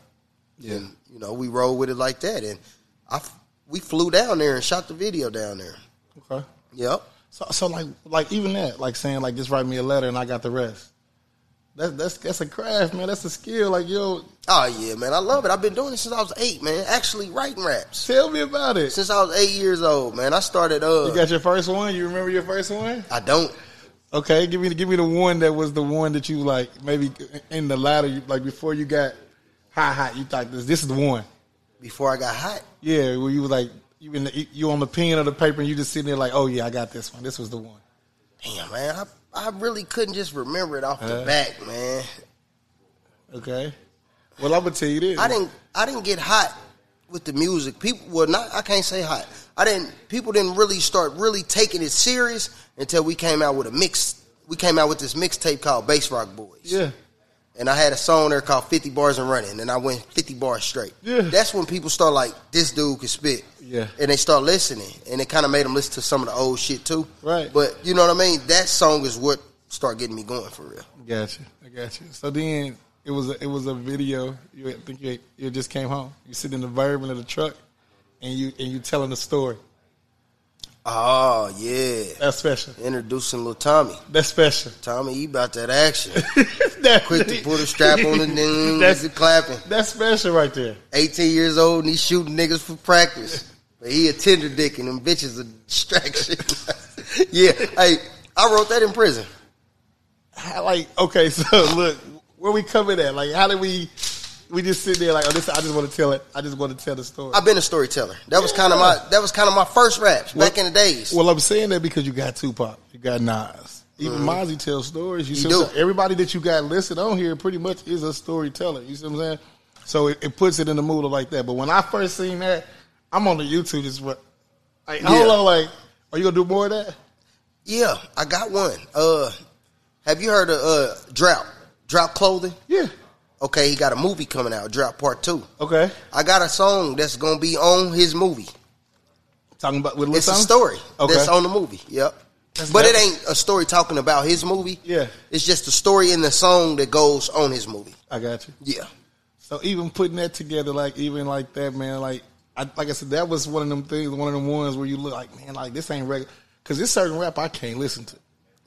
C: Yeah.
E: And you know, we rolled with it like that, and I f- we flew down there and shot the video down there.
C: Okay.
E: Yep.
C: So so like like even that like saying like just write me a letter and I got the rest. That's that's that's a craft, man. That's a skill. Like yo,
E: Oh yeah, man, I love it. I've been doing it since I was eight, man. Actually, writing raps
C: tell me about it.
E: since I was eight years old, man. I started uh,
C: You got your first one. You remember your first one?
E: I don't.
C: Okay, give me give me the one that was the one that you like maybe in the latter you- like before you got hot hot. You thought this this is the one.
E: Before I got hot,
C: Yeah, where you was like you in the, you on the pen or the paper and you just sitting there like oh yeah I got this one. This was the one.
E: damn, man, I, I really couldn't just remember it off
C: Uh-huh.
E: the back, man.
C: Okay. Well, I'm gonna tell you this.
E: I didn't I didn't get hot with the music. People well not I can't say hot. I didn't people didn't really start really taking it serious until we came out with a mix we came out with this mixtape called Bass Rock Boys.
C: Yeah.
E: And I had a song there called 50 Bars and Running and I went 50 bars straight.
C: Yeah.
E: That's when people start like this dude can spit.
C: Yeah.
E: And they start listening and it kind of made them listen to some of the old shit too.
C: Right.
E: But you know what I mean? That song is what started getting me going for real.
C: Gotcha. I got you. So then it was a, it was a video. You I think you you just came home. You sit in the bourbon of the truck, and you and you telling the story.
E: Oh, yeah.
C: That's special.
E: Introducing little Tommy.
C: That's special.
E: Tommy, you about that action.
C: That-
E: quick to put a strap on the dude,
C: That's-
E: niggas is clapping.
C: That's special right there.
E: 18 years old and he shooting niggas for practice. But he a tender dick and them bitches a distraction. yeah, hey, I wrote that in prison.
C: How, like okay, so look where we coming at. Like how did we? We just sit there like oh this. I just want to tell it. I just want to tell the story.
E: I've been a storyteller. That was kind of my that was kind of my first raps back
C: Well-
E: in the days.
C: Well, I'm saying that because you got Tupac, you got Nas, even Mozzie tells stories. You see,
E: Mm-hmm. do.
C: what I'm saying? everybody that you got listed on here pretty much is a storyteller. You see what I'm saying? So it, it puts it in the mood of like that. But when I first seen that, I'm on the YouTube. Just what? Like, hold
E: Yeah.
C: on, like, are you gonna do more of that?
E: yeah, I got one. Uh, have you heard of uh Drought? Drought Clothing?
C: Yeah.
E: Okay, he got a movie coming out, Drought Part 2.
C: Okay.
E: I got a song that's going to be on his movie.
C: Talking about with
E: It's
C: Lil
E: a
C: Jon?
E: story
C: Okay.
E: that's on the movie. Yep.
C: That's
E: but it
C: dope.
E: ain't a story talking about his movie.
C: Yeah.
E: It's just a story in the song that goes on his movie.
C: I got you.
E: Yeah.
C: So even putting that together, like even like that, man, like I like I said, that was one of them things, one of them ones where you look like, man, like this ain't regular, because this certain rap I can't listen to.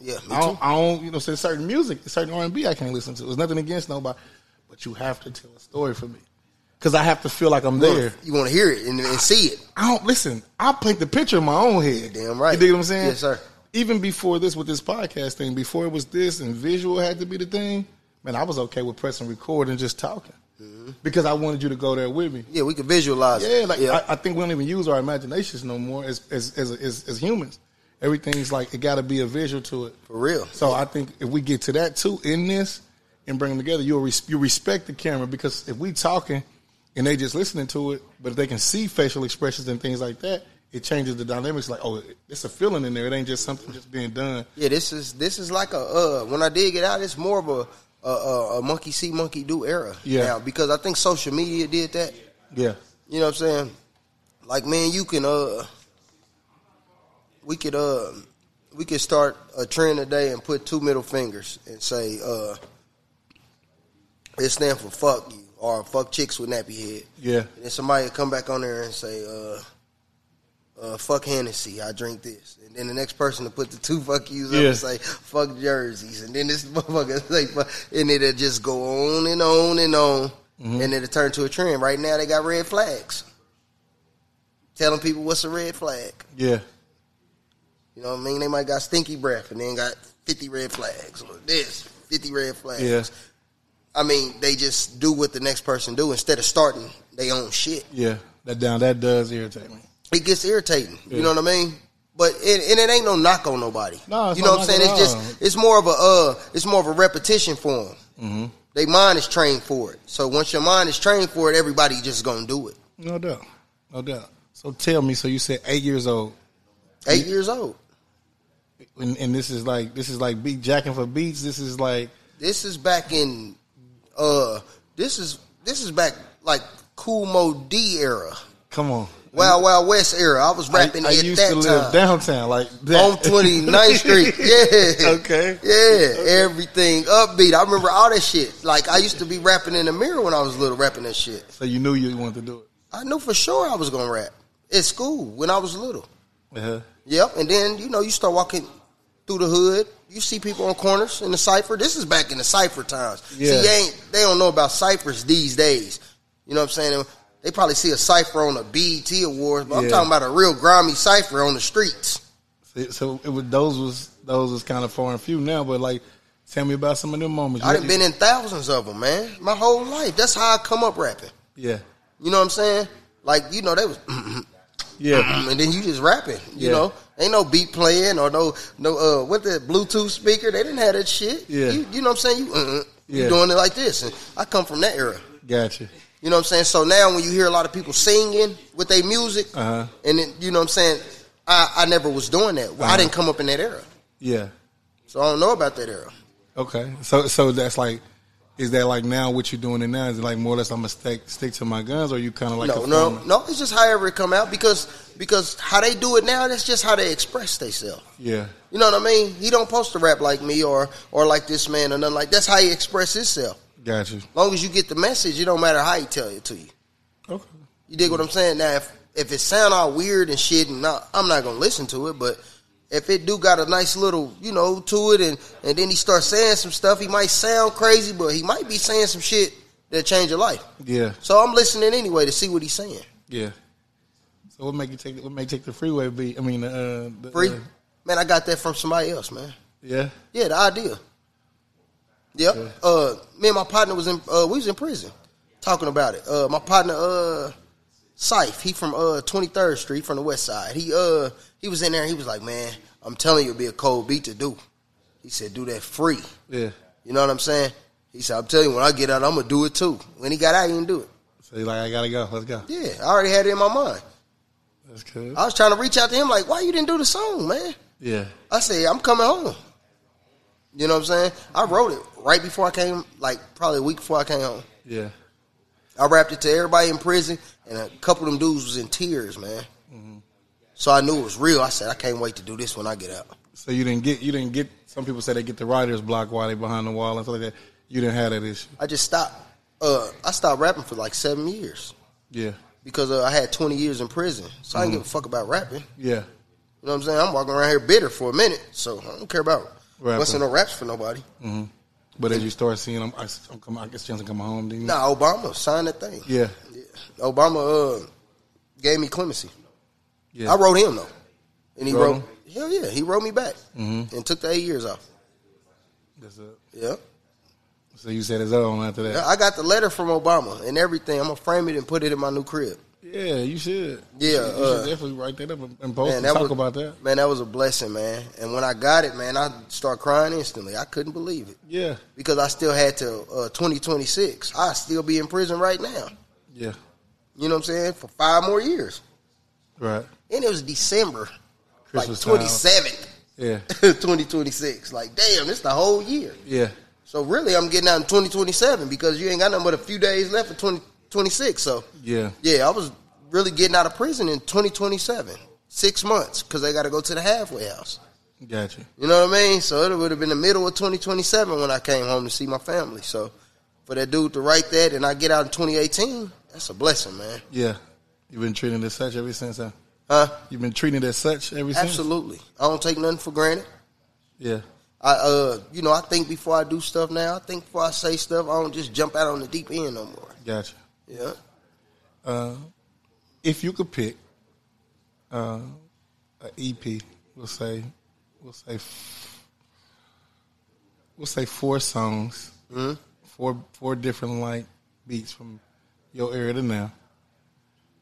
E: Yeah. Me
C: I
E: too.
C: don't, I don't, you know, say certain music, certain R and B I can't listen to. It's nothing against nobody, but you have to tell a story for me because I have to feel like I'm there.
E: You want to hear it and, and see it.
C: I don't listen. I paint the picture in my own head.
E: Damn right.
C: You dig what I'm saying?
E: Yes, sir.
C: Even before this, with this podcast thing, before it was this and visual had to be the thing, man, I was okay with pressing record and just talking
E: Mm-hmm.
C: because I wanted you to go there with me.
E: Yeah, we can visualize it.
C: Yeah, like I, I think we don't even use our imaginations no more as as as, as, as humans. Everything's like it got to be a visual to it.
E: For real.
C: So I think if we get to that too in this and bring them together, you'll res- you respect the camera because if we talking and they just listening to it, but if they can see facial expressions and things like that, it changes the dynamics. Like, oh, it's a feeling in there. It ain't just something just being done.
E: yeah, this is this is like a uh when I did get out, it's more of a a, a, a monkey see, monkey do era.
C: Yeah.
E: Now, because I think social media did that.
C: Yeah,
E: You know what I'm saying? Like man, you can uh we could uh we could start a trend today and put two middle fingers and say uh it stand for fuck you or fuck chicks with nappy head.
C: yeah,
E: And then somebody will come back on there and say uh uh, fuck Hennessy, I drink this. And then the next person to put the two fuck yous up
C: Yeah.
E: and say, fuck jerseys. And then this motherfucker say, fuck. and it'll just go on and on and on.
C: Mm-hmm.
E: And it'll turn to a trend. Right now, they got red flags. Telling people what's a red flag.
C: Yeah.
E: You know what I mean? They might got stinky breath and then got 50 red flags or this, 50 red flags.
C: Yeah.
E: I mean, they just do what the next person do instead of starting their own shit.
C: Yeah. That down that does irritate me.
E: It gets irritating.
C: Yeah.
E: You know what I mean? But it, and it ain't no knock on nobody.
C: No, it's
E: you know
C: not
E: what I'm
C: knock
E: saying?
C: at
E: It's
C: all.
E: just it's more of a uh, it's more of a repetition for them. Mm-hmm. They mind is trained for it. So once your mind is trained for it, everybody just gonna do it.
C: No doubt. No doubt. So tell me, so you said eight years old
E: Eight years old.
C: and, and this is like this is like beat jacking for beats, this is like
E: This is back in uh this is this is back like Cool Mo D era.
C: come on.
E: Wild Wild West era. I was rapping
C: Mm. I, I
E: at
C: used
E: that
C: to live
E: time.
C: downtown like that.
E: on 29th Street. Yeah.
C: Okay.
E: Yeah. Everything upbeat. I remember all that shit. Like, I used to be rapping in the mirror when I was little, rapping that shit.
C: So you knew you wanted to do
E: I knew for sure I was going to rap at school when I was little.
C: it. Uh-huh.
E: Yep. And then, you know, you start walking through the hood. You see people on corners in the cypher. This is back in the cypher times.
C: Yeah.
E: See, they, ain't, they don't know about cyphers these days. You know what I'm saying? They probably see a cypher on a BET Awards, but I'm
C: Yeah.
E: talking about a real grimy cypher on the streets.
C: So, so it was those was those was kind of far and few now, but like tell me about some of them moments.
E: I done been in thousands of them, man. My whole life. That's how I come up rapping.
C: Yeah.
E: You know what I'm saying? Like, you know, they was
C: Yeah.
E: and then you just rapping, you
C: Yeah.
E: know. Ain't no beat playing or no no uh what the Bluetooth speaker. They didn't have that shit.
C: Yeah.
E: You, you know what I'm saying? You uh,
C: Yeah.
E: you doing it like this. And I come from that era.
C: Gotcha.
E: You know what I'm saying? So now when you hear a lot of people singing with their music
C: Uh-huh.
E: and then, you know what I'm saying, I, I never was doing that.
C: Uh-huh.
E: I didn't come up in that era.
C: Yeah.
E: So I don't know about that era.
C: Okay. So so that's like is that like now what you're doing it now? Is it like more or less I'm gonna stick stick to my guns or you kinda like
E: no, no,
C: conforming?
E: no. It's just however it come out because because how they do it now, that's just how they express themselves.
C: Yeah.
E: You know what I mean? He don't post to rap like me or or like this man or nothing like. That's how he express himself.
C: Gotcha.
E: long as you get the message, it don't matter how he tell it to you.
C: Okay.
E: You dig what I'm saying? Now, if if it sound all weird and shit, and not, I'm not gonna listen to it, but if it do got a nice little you know to it, and and then he starts saying some stuff, he might sound crazy, but he might be saying some shit that change your life.
C: Yeah.
E: So I'm listening anyway to see what he's saying.
C: Yeah. So what make you take what make you take the freeway beat? I mean uh the,
E: Free.
C: uh,
E: Man, I got that from somebody else, man.
C: yeah.
E: Yeah, the idea. Yep. Uh, me and my partner was in. Uh, we was in prison talking about it. Uh, my partner, uh, Syfe, he from uh 23rd Street from the West Side. He uh he was in there. and He was like, man, I'm telling you, it'd be a cold beat to do. He said, do that free.
C: Yeah.
E: You know what I'm saying? He said, I'm telling you, when I get out, I'm gonna do it too. When he got out, he didn't do it.
C: So you're like, I gotta go, let's go.
E: Yeah, I already had it in my mind.
C: That's cool.
E: I was trying to reach out to him, like, why you didn't do the song, man?
C: Yeah.
E: I say I'm coming home. You know what I'm saying? I wrote it right before I came, like probably a week before I came home.
C: Yeah.
E: I rapped it to everybody in prison, and a couple of them dudes was in tears, man.
C: Mm-hmm.
E: So I knew it was real. I said, I can't wait to do this when I get out.
C: So you didn't get you didn't get some people say they get the writer's block while they behind the wall and stuff like that. You didn't have that issue.
E: I just stopped. Uh, I stopped rapping for like seven years
C: Yeah.
E: because uh, I had 20 years in prison, so I didn't
C: Mm-hmm.
E: give a fuck about rapping.
C: Yeah.
E: You know what I'm saying? I'm walking around here bitter for a minute, so I don't care about
C: Rapping. Mm.
E: busting no raps for nobody.
C: But as you start seeing them I am coming I guess chance to come home, didn't you?
E: Nah, Obama signed that thing.
C: Yeah.
E: Yeah. Obama uh, gave me clemency.
C: Yeah.
E: I wrote him though, and he
C: Wrote
E: wrote,
C: him? Mm-hmm.
E: hell yeah, he wrote me back and took the eight years off.
C: That's it.
E: Yeah.
C: So you said it's on after that.
E: I got the letter from Obama and everything. I'm gonna frame it and put it in my new crib.
C: Yeah, you should.
E: Yeah,
C: you
E: uh,
C: should definitely write that up and, and post and
E: that
C: talk
E: was,
C: about that.
E: Man, that was a blessing, man. And when I got it, man, I start crying instantly. I couldn't believe it
C: Yeah,
E: because I still had to uh, 2026. I still be in prison right now.
C: yeah,
E: You know what I'm saying? For five more years.
C: right.
E: And it was December,
C: Christmas time.
E: like 27th,
C: Yeah,
E: 2026. Like, damn, it's the whole year.
C: yeah,
E: So really, I'm getting out in 2027 because you ain't got nothing but a few days left for 2026. So
C: yeah,
E: yeah, I was really getting out of prison in 2027, six months because I got to go to the halfway house.
C: gotcha.
E: You know what I mean? So it would have been the middle of 2027 when I came home to see my family. So for that dude to write that and I get out in 2018, that's a blessing, man.
C: Yeah, you've been treating this such ever since. Huh?
E: Huh?
C: You've been treated as such ever since.
E: Absolutely. I don't take nothing for granted.
C: Yeah.
E: I uh, you know, I think before I do stuff now. I think before I say stuff. I don't just jump out on the deep end no more.
C: Gotcha.
E: Yeah.
C: If you could pick uh, an EP, we'll say, we'll say, we'll say four songs,
E: Mm-hmm.
C: four four different like beats from your era to now.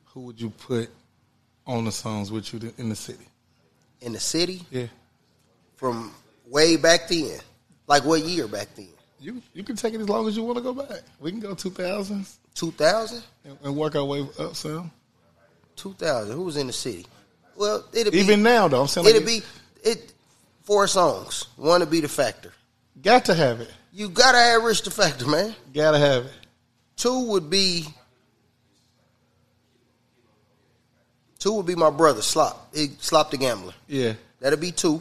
C: Who would you put on the songs with you to, in the city?
E: In the city
C: Yeah,
E: from way back then, like what year back then?
C: you you can take it as long as you want to go back. We can go two thousands
E: Two thousand.
C: and, and work our way up some.
E: Two thousand. Who was in the city? Well, it'd be
C: Even now, though, I'm saying like
E: it'd be it four songs. One to be the factor.
C: got to have it.
E: You gotta have Rich the factor, man.
C: Gotta have it.
E: Two would be two would be my brother Slop. He, Slop the gambler.
C: Yeah.
E: That'll be two.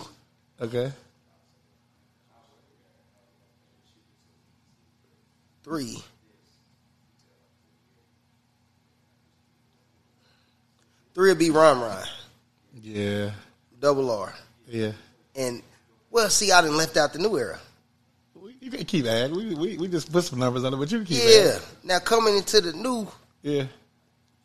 C: Okay.
E: Three. Three would be Ron Ron,
C: Yeah.
E: double R.
C: Yeah.
E: And well, see, I didn't left out the new era.
C: We- You can keep adding. We, we we just put some numbers on it, but you can keep
E: Yeah.
C: adding.
E: Now coming into the new,
C: Yeah.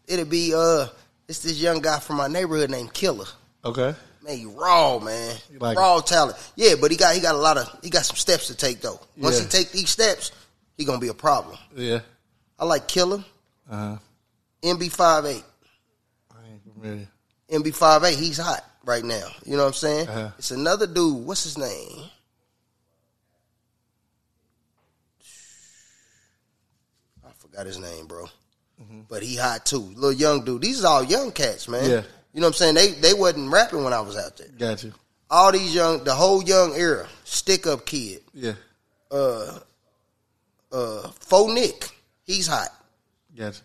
E: it'll be uh it's this young guy from my neighborhood named Killer.
C: Okay.
E: Man, he raw, man.
C: You like
E: raw talent. Yeah, but he got he got a lot of he got some steps to take though. Once
C: Yeah.
E: he take these steps, he gonna be a problem.
C: Yeah.
E: I like Killer,
C: Uh huh.
E: MB58.
C: I ain't familiar.
E: MB58, he's hot right now. You know what I'm saying?
C: Uh-huh.
E: It's another dude. What's his name? I forgot his name, bro. But he hot too. Little young dude. These is all young cats, man.
C: Mm-hmm. Yeah.
E: You know what I'm saying? They they wasn't rapping when I was out there.
C: Got you.
E: All these young, the whole young era, stick up kid,
C: Yeah.
E: uh, uh, Fo Nick, he's hot.
C: Got you.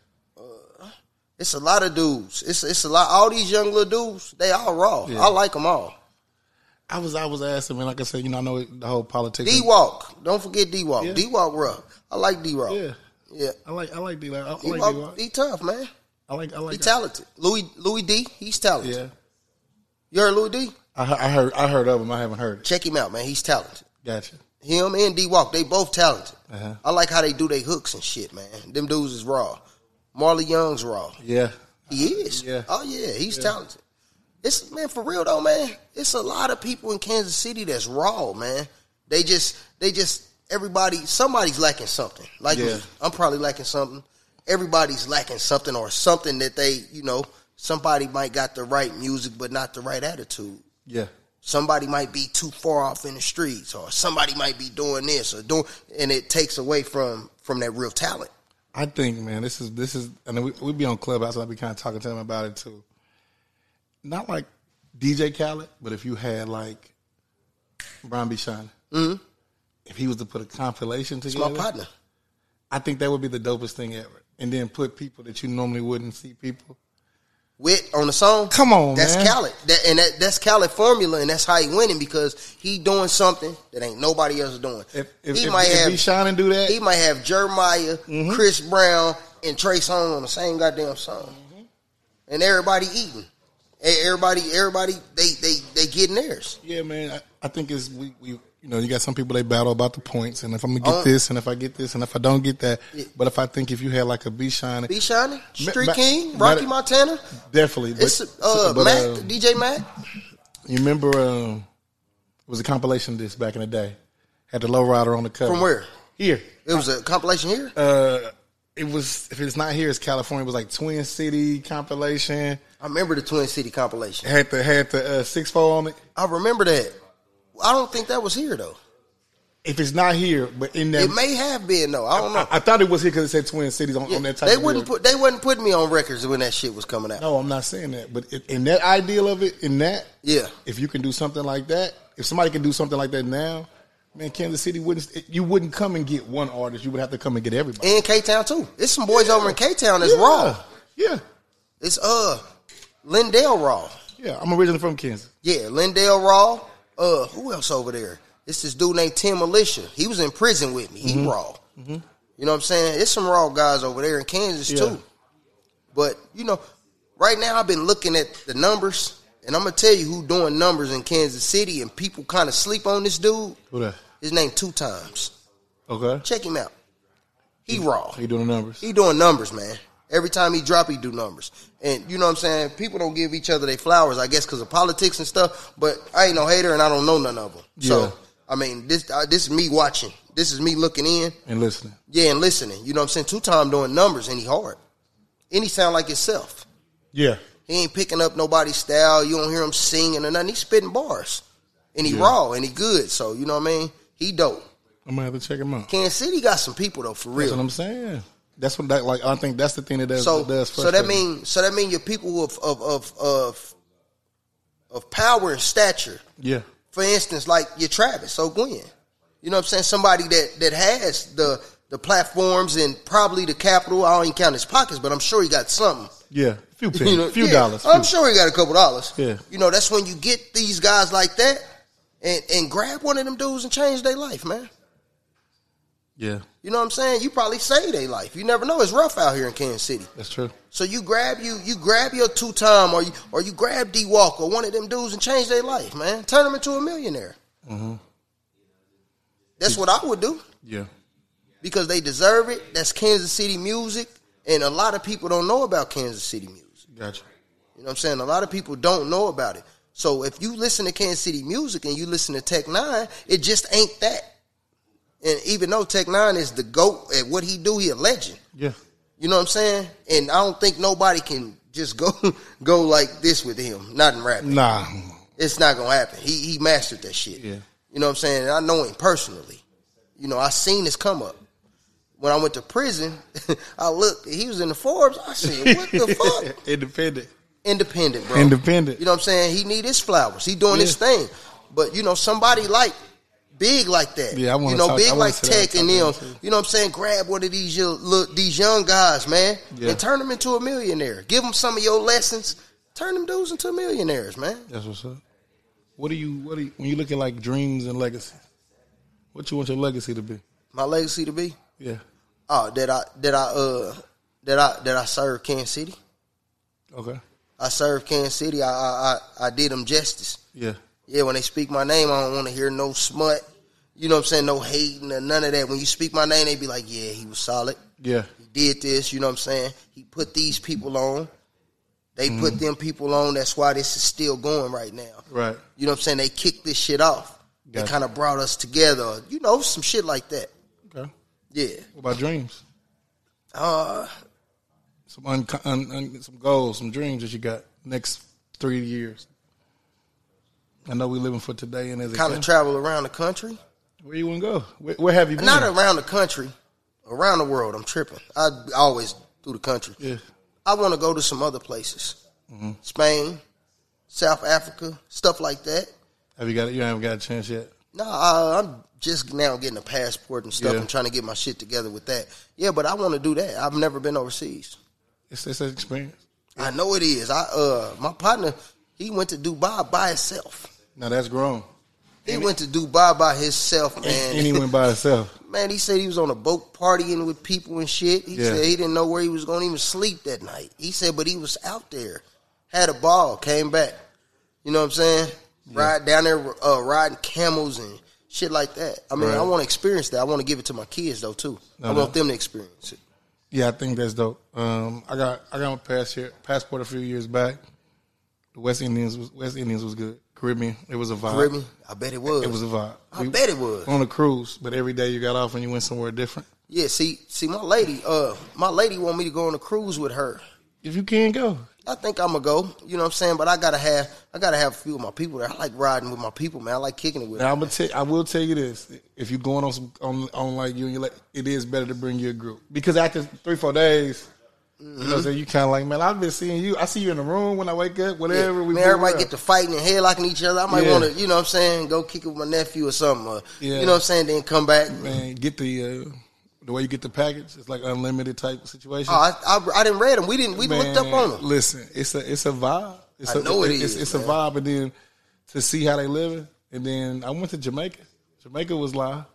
E: It's a lot of dudes. It's it's a lot. All these young little dudes, they all raw.
C: Yeah.
E: I like them all.
C: I was I was asking, man. Like I said, you know, I know the whole politics.
E: D Walk, don't forget D Walk.
C: Yeah.
E: D Walk rough. I like D Walk.
C: Yeah.
E: yeah.
C: I like I like D. Like, I, I
E: D
C: like D.
E: Walk,
C: Rock.
E: he tough man.
C: I like I like.
E: He talented. Louis Louis D, he's talented.
C: Yeah.
E: You heard Louis D?
C: I, he- I heard I heard of him. I haven't heard it.
E: Check him out, man. He's talented.
C: Gotcha.
E: Him and D Walk, they both talented.
C: Uh-huh.
E: I like how they do they hooks and shit, man. Them dudes is raw. Marley Young's raw.
C: Yeah.
E: He is.
C: Yeah.
E: Oh yeah, he's talented. It's man for real though, man. It's a lot of people in Kansas City that's raw, man. They just they just everybody somebody's lacking something. Like
C: Yeah.
E: me. I'm probably lacking something. Everybody's lacking something or something that they, you know, somebody might got the right music but not the right attitude.
C: Yeah.
E: Somebody might be too far off in the streets or somebody might be doing this or doing and it takes away from from that real talent.
C: I think, man, this is this is, and we we be on Clubhouse. and I be kind of talking to him about it too. Not like DJ Khaled, but if you had like Ron B. Shine,
E: Mm-hmm.
C: if he was to put a compilation
E: It's my
C: together,
E: partner.
C: I think that would be the dopest thing ever. And then put people that you normally wouldn't see people.
E: with on the song.
C: Come on,
E: that's
C: man.
E: Khaled. That, and that, that's Khaled formula, and that's how he winning because he doing something that ain't nobody else doing.
C: If if,
E: he
C: if,
E: might
C: if
E: have
C: B. Shine and do that, Mm-hmm.
E: he might have Jeremiah, Chris Brown, and Trey Songz on the same goddamn song,
C: Mm-hmm.
E: and everybody eating. And Everybody, everybody, they they they getting theirs.
C: yeah, man, I, I think it's we we. You know, you got some people they battle about the points, and if I'm gonna get
E: Oh.
C: this, and if I get this, and if I don't get that,
E: Yeah.
C: but if I think if you had like a B. Shine,
E: B. Shining, Street
C: ma-
E: King,
C: ma-
E: Rocky Montana.
C: definitely. but-
E: It's uh,
C: but,
E: Mac,
C: uh,
E: DJ Mac.
C: You remember um, it was a compilation disc back in the day. Had the lowrider on the cover.
E: From where?
C: Here.
E: It was a compilation here.
C: Uh, it was if it's not here, it's California. It was like Twin City compilation.
E: I remember the Twin City compilation.
C: It had the had the uh, six four on it.
E: I remember that. I don't think that was here though.
C: If it's not here, but in that
E: It may have been though. I don't know.
C: I, I thought it was here because it said Twin Cities on, on that type.
E: they
C: of
E: wouldn't
C: deal.
E: put they wouldn't put me on records when that shit was coming out.
C: No, I'm not saying that. But it, in that ideal of it, in that,
E: Yeah.
C: if you can do something like that, if somebody can do something like that now, man, Kansas City wouldn't. You wouldn't come and get one artist. You would have to come and get everybody.
E: And K Town too. It's some boys over in K Town that's
C: yeah.
E: raw.
C: Yeah.
E: It's uh Lindell Raw.
C: Yeah, I'm originally from Kansas.
E: Yeah, Lindell Raw. Uh who else over there? It's this dude named Tim Militia. He was in prison with me. He raw. You know what I'm saying? It's some raw guys over there in Kansas
C: Yeah.
E: too. But you know, right now I've been looking at the numbers, and I'm gonna tell you who doing numbers in Kansas City, and people kind of sleep on this dude.
C: Who that?
E: His name two times.
C: Okay.
E: Check him out. He raw.
C: He doing the numbers.
E: He doing numbers, man. Every time he drop, he do numbers. And you know what I'm saying? People don't give each other their flowers, I guess, because of politics and stuff. But I ain't no hater, and I don't know none of them.
C: Yeah.
E: So I mean, this uh, this is me watching. This is me looking in.
C: And listening.
E: Yeah, and listening. You know what I'm saying? Two time doing numbers, and he hard. And he sound like himself.
C: Yeah.
E: He ain't picking up nobody's style. You don't hear him singing or nothing. He's spitting bars, and he
C: Yeah.
E: raw and he good. So you know what I mean? He dope.
C: I'm gonna have to check him out.
E: Kansas City got some people though, for
C: That's
E: real.
C: what I'm saying. That's what that like. I think that's the thing that does.
E: so
C: that does
E: so that
C: frustrate me.
E: mean so that mean your people of of of of of power and stature.
C: yeah,
E: For instance, like your Travis O'Gwen. You know what I'm saying? Somebody that that has the the platforms and probably the capital. I don't even count his pockets, but I'm sure he got something.
C: yeah. Few pins,
E: You know,
C: few
E: yeah, Um,
C: dollars.
E: I'm
C: few-
E: sure he got a couple dollars.
C: Yeah.
E: You know, that's when you get these guys like that and, and grab one of them dudes and change their life, man.
C: Yeah,
E: You know what I'm saying? You probably save their life. You never know. It's rough out here in Kansas City.
C: that's true.
E: So you grab you you grab your two time or you or you grab D Walk or one of them dudes and change their life, man. Turn them into a millionaire. That's what I would do
C: Mm-hmm. Yeah,
E: because they deserve it. That's Kansas City music, and a lot of people don't know about Kansas City music.
C: gotcha.
E: You know what I'm saying? A lot of people don't know about it. So if you listen to Kansas City music and you listen to Tech Nine, it just ain't that. And even though Tech Nine is the goat at what he do, he a legend.
C: Yeah,
E: You know what I'm saying? And I don't think nobody can just go go like this with him. Not in rap.
C: nah,
E: It's not gonna happen. He he mastered that shit.
C: Yeah.
E: You know what I'm saying? And I know him personally. You know, I seen his come up. When I went to prison, I looked, he was in the Forbes. I said, What the fuck?
C: independent,
E: Independent, bro.
C: independent.
E: You know what I'm saying? He need his flowers. He doing his
C: Yeah.
E: thing. But you know, somebody like big like that.
C: Yeah, I wanna
E: You know,
C: talk- I
E: big
C: wanna
E: like
C: sit down and
E: Tech and them.
C: talk to them,
E: You know what I'm saying? Grab one of these young, look, these young guys, man,
C: Yeah.
E: and turn them into a millionaire. Give them some of your lessons. Turn them dudes into millionaires, man.
C: That's what's up. What do you? What do you? When you look at like dreams and legacy, what you want your legacy to be?
E: My legacy to be.
C: Yeah.
E: Oh, that I that I uh that I that I served Kansas City.
C: Okay.
E: I served Kansas City. I I I, I did them justice.
C: Yeah.
E: Yeah, when they speak my name, I don't want to hear no smut. You know what I'm saying? No hating or none of that. When you speak my name, they be like, yeah, he was solid.
C: Yeah.
E: He did this. You know what I'm saying? He put these people on. They put them people on. That's why this is still going right now.
C: Right.
E: You know what I'm saying? They kicked this shit off. They
C: Gotcha.
E: kind of brought us together. You know, some shit like that.
C: Okay.
E: Yeah.
C: What about dreams?
E: Uh,
C: Some un- un- un- some goals, some dreams that you got next three years. I know we living for today and as a
E: kind of
C: country.
E: travel around the country.
C: Where you want to go? Where, where have you been?
E: Not around the country, around the world. I'm tripping. I always do the country.
C: yeah. Mm-hmm.
E: I want to go to some other places, Spain, South Africa, stuff like that.
C: Have you got it? You haven't got a chance yet.
E: No, I, I'm just now getting a passport and stuff.
C: Yeah.
E: I'm trying to get my shit together with that. Yeah, but I want to do that. I've never been overseas.
C: It's, it's an experience.
E: I know it is. I uh, my partner, he went to Dubai by himself.
C: Now that's grown.
E: He went to Dubai by himself, man.
C: And he went by himself.
E: man, he said he was on a boat partying with people and shit. He
C: Yeah.
E: said he didn't know where he was going to even sleep that night. He said, but he was out there, had a ball, came back. You know what I'm saying? Ride down there, uh, riding camels and shit like that. I mean,
C: Right.
E: I want to experience that. I want to give it to my kids though too. I
C: no.
E: want them to experience it.
C: Yeah, I think that's dope. Um, I got I got my pass here, passport a few years back. The West Indians was West Indians was good. Caribbean, it was a vibe.
E: Caribbean, I bet it was.
C: It was a Oh. vibe.
E: I bet it was.
C: on a cruise, but every day you got off and you went somewhere different.
E: Yeah, see, see, my lady, uh, my lady want me to go on a cruise with her.
C: If you can go,
E: I think I'm gonna go. You know what I'm saying? But I gotta have, I gotta have a few of my people there. I like riding with my people, man. I like kicking it with.
C: now I'm gonna tell I will tell you this: if you're going on some on, on like you and your la- it is better to bring your group because after three four days. You know, what I'm saying? you kind of like, man. I've been seeing you. I see you in the room when I wake up. Whatever
E: Yeah.
C: we
E: man,
C: do,
E: everybody
C: well.
E: get to fighting and headlocking each other. I might
C: Yeah.
E: want to, you know what I'm saying, go kick it with my nephew or something. Or,
C: Yeah.
E: You know what I'm saying, then come back.
C: man, get the uh, the way you get the package. It's like unlimited type situation.
E: Oh, I, I, I didn't read them. We didn't, we
C: Man,
E: looked up on them.
C: Listen, it's a it's a vibe. It's
E: I
C: a-
E: know it
C: it's,
E: is,
C: It's a
E: man.
C: vibe, and then to see how they living, and then I went to Jamaica. Jamaica was live.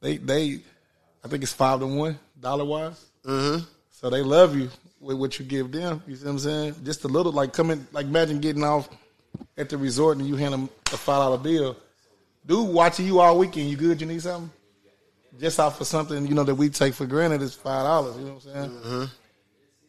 C: They they, I think it's five to one dollar wise. Mm-hmm. So they love you. with what you give them. You see what I'm saying? Just a little, like coming, like imagine getting off at the resort and you hand them a five dollar bill. Dude, watching you all weekend. You good? You need something? Just off of something you know that we take for granted is five dollars. You know what I'm saying?
E: Mm-hmm.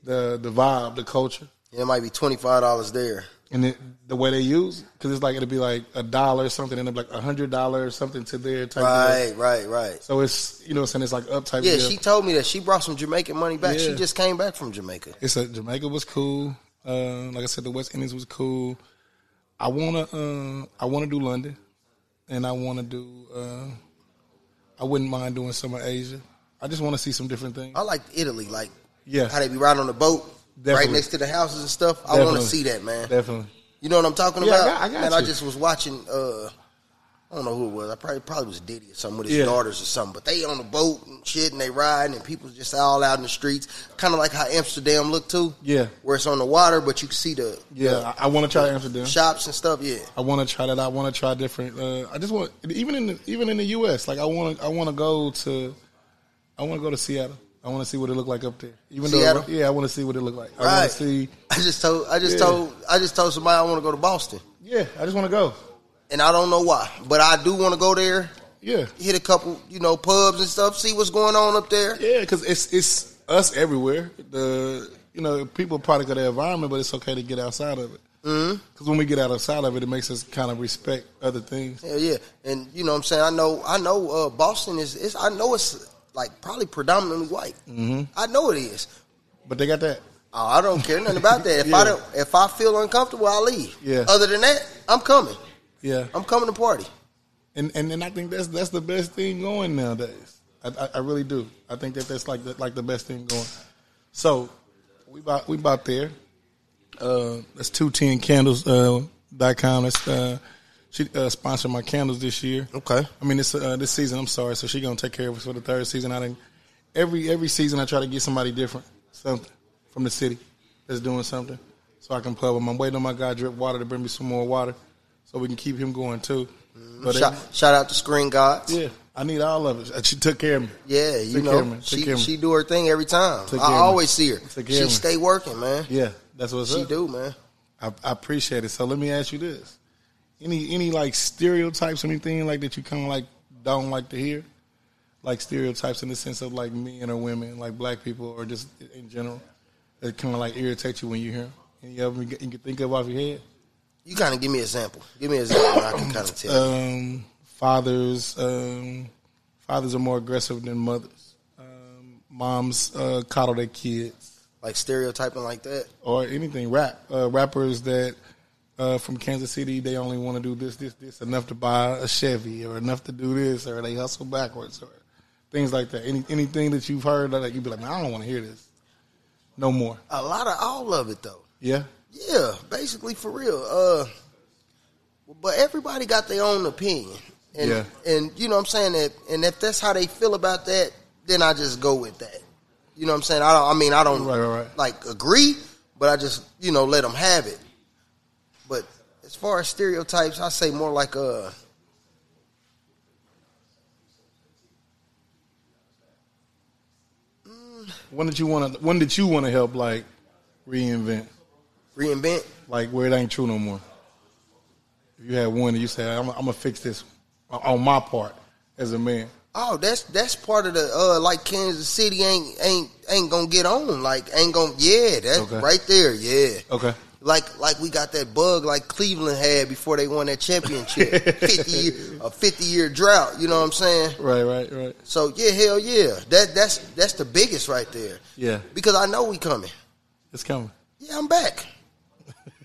C: The the vibe, the culture,
E: It might be twenty five dollars there.
C: and it, the way they use because it's like it'll be like a dollar or something, and it'll be like a hundred dollars or something to their type. Of deal.
E: Right, right, right.
C: so it's you know what I'm saying it's like up type.
E: Yeah,
C: deal.
E: she told me that she brought some Jamaican money back.
C: Yeah.
E: She just came back from Jamaica.
C: It's a Jamaica was cool. Uh, like I said, the West Indies was cool. I wanna uh, I wanna do London, and I wanna do. Uh, I wouldn't mind doing some of Asia. I just want to see some different things.
E: I like Italy, like
C: Yeah.
E: how they be riding on the boat right
C: Definitely.
E: next to the houses and stuff. I want
C: Definitely.
E: to see that, man.
C: Definitely.
E: You know what I'm talking
C: Yeah, I
E: about?
C: got- I got
E: and I
C: you.
E: just was watching. uh I don't know who it was. I probably probably was Diddy or something with his
C: Yeah.
E: daughters or something. But they on the boat and shit, and they riding, and people just all out in the streets, kind of like how Amsterdam looked too.
C: Yeah.
E: where it's on the water, but you can see the
C: Yeah, I, I want to try Amsterdam.
E: shops and stuff. Yeah,
C: I want to try that. I want to try different. Uh, I just want even in the, even in the U.S. Like I want to I want to go to I want to go to Seattle. I want to see what it look like up there. Even
E: Seattle?
C: though yeah, I want to see what it look like. I
E: right.
C: want to see
E: I just told I just
C: Yeah.
E: told I just told somebody I want to go to Boston,
C: yeah. I just want to go.
E: and I don't know why, but I do want to go there.
C: Yeah.
E: Hit a couple, you know, pubs and stuff. See what's going on up there.
C: Yeah, because it's it's us everywhere. The you know people product of their environment, but it's okay to get outside of it.
E: Mm-hmm.
C: Because when we get outside of it, it makes us kind of respect other things.
E: Hell yeah, and you know what I'm saying. I know, I know. Uh, Boston is, it's, I know it's like probably predominantly white. Mm-hmm. I know it is.
C: But they got that.
E: Oh, I don't care nothing about that. If
C: Yeah.
E: I don't, if I feel uncomfortable, I leave.
C: Yeah.
E: Other than that, I'm coming.
C: Yeah,
E: I'm coming to party.
C: and and and I think that's that's the best thing going nowadays. I, I, I really do. I think that that's like the, like the best thing going. So we about we about there. Uh, that's two ten candles uh, dot com. That's uh, she uh, sponsored my candles this year.
E: Okay.
C: I mean this uh, this season. I'm sorry. So she gonna take care of us for the third season. I didn't. Every every season I try to get somebody different, something from the city that's doing something, so I can pub them. I'm waiting on my guy Drip Water to bring me some more water, so we can keep him going too. But
E: Shout, shout out to Screen Gods.
C: yeah, I need all of it. Uh, She took care of me.
E: Yeah, you
C: Took care of
E: know,
C: me. Took care
E: she
C: of me.
E: she do her thing every time.
C: Took
E: I
C: care of me.
E: always see her.
C: Took care
E: She
C: of me.
E: stay working, man.
C: Yeah, that's what's
E: She
C: up.
E: do, man.
C: I, I appreciate it. So let me ask you this: any any like stereotypes, or anything like that you kind of like don't like to hear, like stereotypes in the sense of like men or women, like black people, or just in general, that kind of like irritate you when you hear them. Any of them you, get- you can think of off your head?
E: You kind of give me an example. Give me an example. I can kind of tell.
C: Um, fathers, um, fathers are more aggressive than mothers. Um, moms uh, coddle their kids.
E: like stereotyping like that.
C: or anything rap uh, rappers that uh, from Kansas City they only want to do this this this enough to buy a Chevy or enough to do this or they hustle backwards or things like that any anything that you've heard like you'd be like man I don't want to hear this no more
E: A lot of all of it though.
C: yeah
E: Yeah, basically for real. Uh, but everybody got their own opinion, and
C: Yeah.
E: and you know what I'm saying that, and if that's how they feel about that, then I just go with that. You know what I'm saying? I don't. I mean, I don't
C: Right, right, right.
E: like agree, but I just you know let them have it. But as far as stereotypes, I say more like uh.
C: one that you want to one that you want to help like reinvent
E: Reinvent.
C: like where it ain't true no more if you had one and you say I'm, I'm gonna fix this on my part as a man
E: Oh, that's that's part of the uh like Kansas City ain't ain't ain't gonna get on like ain't gonna yeah that's
C: Okay.
E: right there yeah
C: okay
E: like like we got that bug like Cleveland had before they won that championship. fifty year, a fifty year drought. You know what I'm saying?
C: right right right
E: So yeah, hell yeah. That that's that's the biggest right there.
C: Yeah.
E: Because I know we coming.
C: it's coming
E: Yeah, I'm back.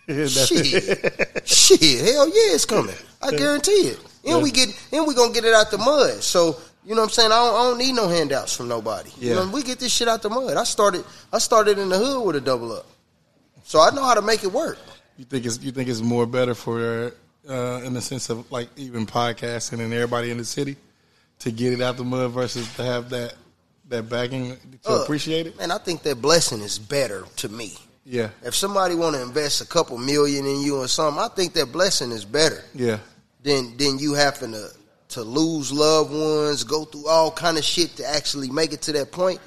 C: That's-
E: Shit. Shit. Hell yeah, it's coming. I guarantee it. And we get and we gonna get it out the mud. So you know what I'm saying? I don't, I don't need no handouts from nobody. You
C: Yeah.
E: know, we get this shit out the mud. I started I started in the hood with a double up. So I know how to make it work.
C: You think it's you think it's more better for uh, in the sense of like even podcasting and everybody in the city to get it out the mud versus to have that that backing to
E: Uh,
C: appreciate it.
E: Man, I think that blessing is better to me.
C: Yeah,
E: If somebody want to invest a couple million in you or something, I think that blessing is better
C: yeah,
E: than than you having to to lose loved ones, go through all kind of shit to actually make it to that point.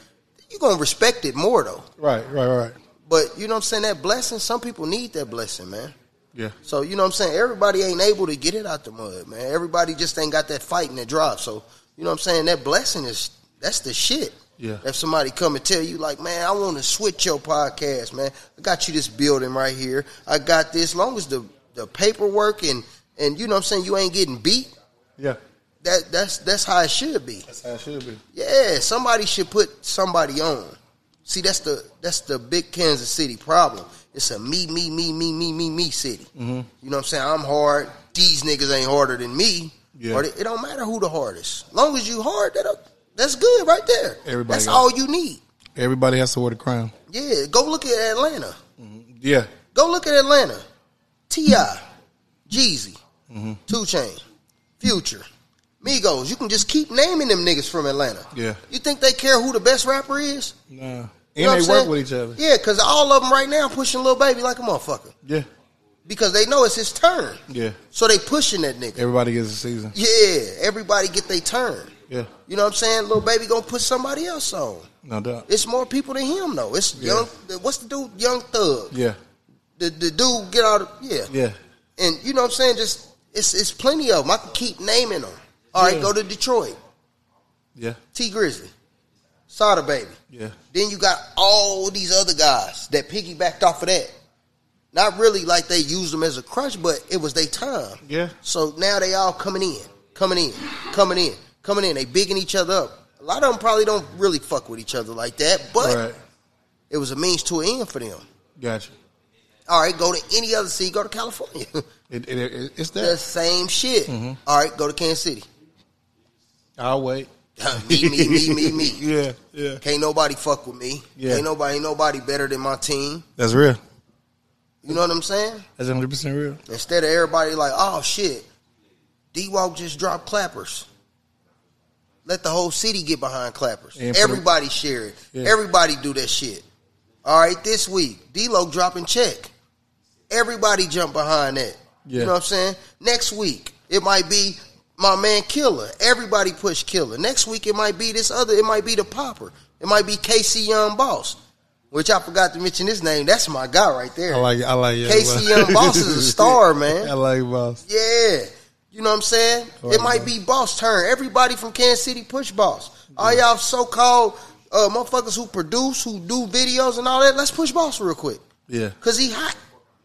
E: You're gonna respect it more though.
C: right, right, right.
E: But you know what I'm saying? That blessing, some people need that blessing, man.
C: Yeah.
E: So you know what I'm saying? Everybody ain't able to get it out the mud, man. Everybody just ain't got that fight and that drive. So you know what I'm saying? That blessing is that's the shit.
C: Yeah.
E: If somebody come and tell you like, man, I want to switch your podcast, man. I got you this building right here. I got this. long as the the paperwork and and you know what I'm saying, you ain't getting beat.
C: Yeah.
E: That that's that's how it should be.
C: That's how it should be.
E: Yeah, somebody should put somebody on. See, that's the that's the big Kansas City problem. It's a me, me, me, me, me, me, me city.
C: Mm-hmm.
E: You know what I'm saying? I'm hard. These niggas ain't harder than me.
C: Yeah.
E: Or it don't matter who the hardest. Long as you hard, that that's good right there.
C: Everybody
E: that's
C: got-
E: all you need.
C: Everybody has to wear the crown.
E: Yeah, go look at Atlanta.
C: Yeah.
E: Go look at Atlanta. Ti, Jeezy,
C: Mm-hmm.
E: Two Chain, Future, Migos. You can just keep naming them niggas from Atlanta.
C: Yeah.
E: You think they care who the best rapper is?
C: Nah. And
E: You
C: they
E: know what I'm
C: work
E: saying?
C: with each other.
E: Yeah, because all of them right now pushing little baby like a motherfucker
C: Yeah.
E: because they know it's his turn.
C: Yeah.
E: So they pushing that nigga.
C: Everybody gets a season.
E: Yeah, everybody get their turn.
C: Yeah.
E: You know what I'm saying? Little baby gonna put somebody else on.
C: No doubt.
E: It's more people than him though. It's
C: Yeah.
E: young. What's the dude? Young Thug.
C: Yeah.
E: The, the dude get out. Of, yeah.
C: Yeah.
E: And you know what I'm saying? Just it's it's plenty of them. I can keep naming them. All right,
C: Yeah.
E: go to Detroit.
C: Yeah.
E: T Grizzly, Sada Baby.
C: Yeah.
E: Then you got all these other guys that piggybacked off of that. Not really like they used them as a crutch, but it was their time.
C: Yeah.
E: So now they all coming in, coming in, coming in, coming in. They bigging each other up. A lot of them probably don't really fuck with each other like that, but
C: Right.
E: it was a means to an end for them.
C: Gotcha.
E: All right, go to any other city. Go to California.
C: It, it, it, it's
E: the
C: that.
E: same shit. All right, go to Kansas City.
C: I'll wait.
E: me, me, me, me, me.
C: Yeah. Yeah.
E: Can't nobody fuck with me.
C: Yeah.
E: Ain't nobody, ain't nobody better than my team.
C: That's real.
E: You know what I'm saying?
C: That's 100% real.
E: Instead of everybody like, oh shit, D Walk just dropped clappers. Let the whole city get behind clappers.
C: And for the-
E: everybody share it.
C: Yeah.
E: Everybody do that shit. All right, this week, D Lo dropping check. Everybody jump behind that.
C: Yeah.
E: You know what I'm saying? Next week, it might be my man Killer. Everybody push Killer. Next week, it might be this other. It might be the Popper. It might be KC Young Boss, which I forgot to mention his name. That's my guy right there.
C: I like I like yeah,
E: Casey
C: bro.
E: Young Boss is a star, man.
C: I like Boss.
E: Yeah. You know what I'm saying?
C: Right,
E: it might
C: man.
E: be boss turn. Everybody from Kansas City push boss. All y'all so called uh, motherfuckers who produce, who do videos and all that, let's push boss real quick.
C: Yeah.
E: Cause he hot.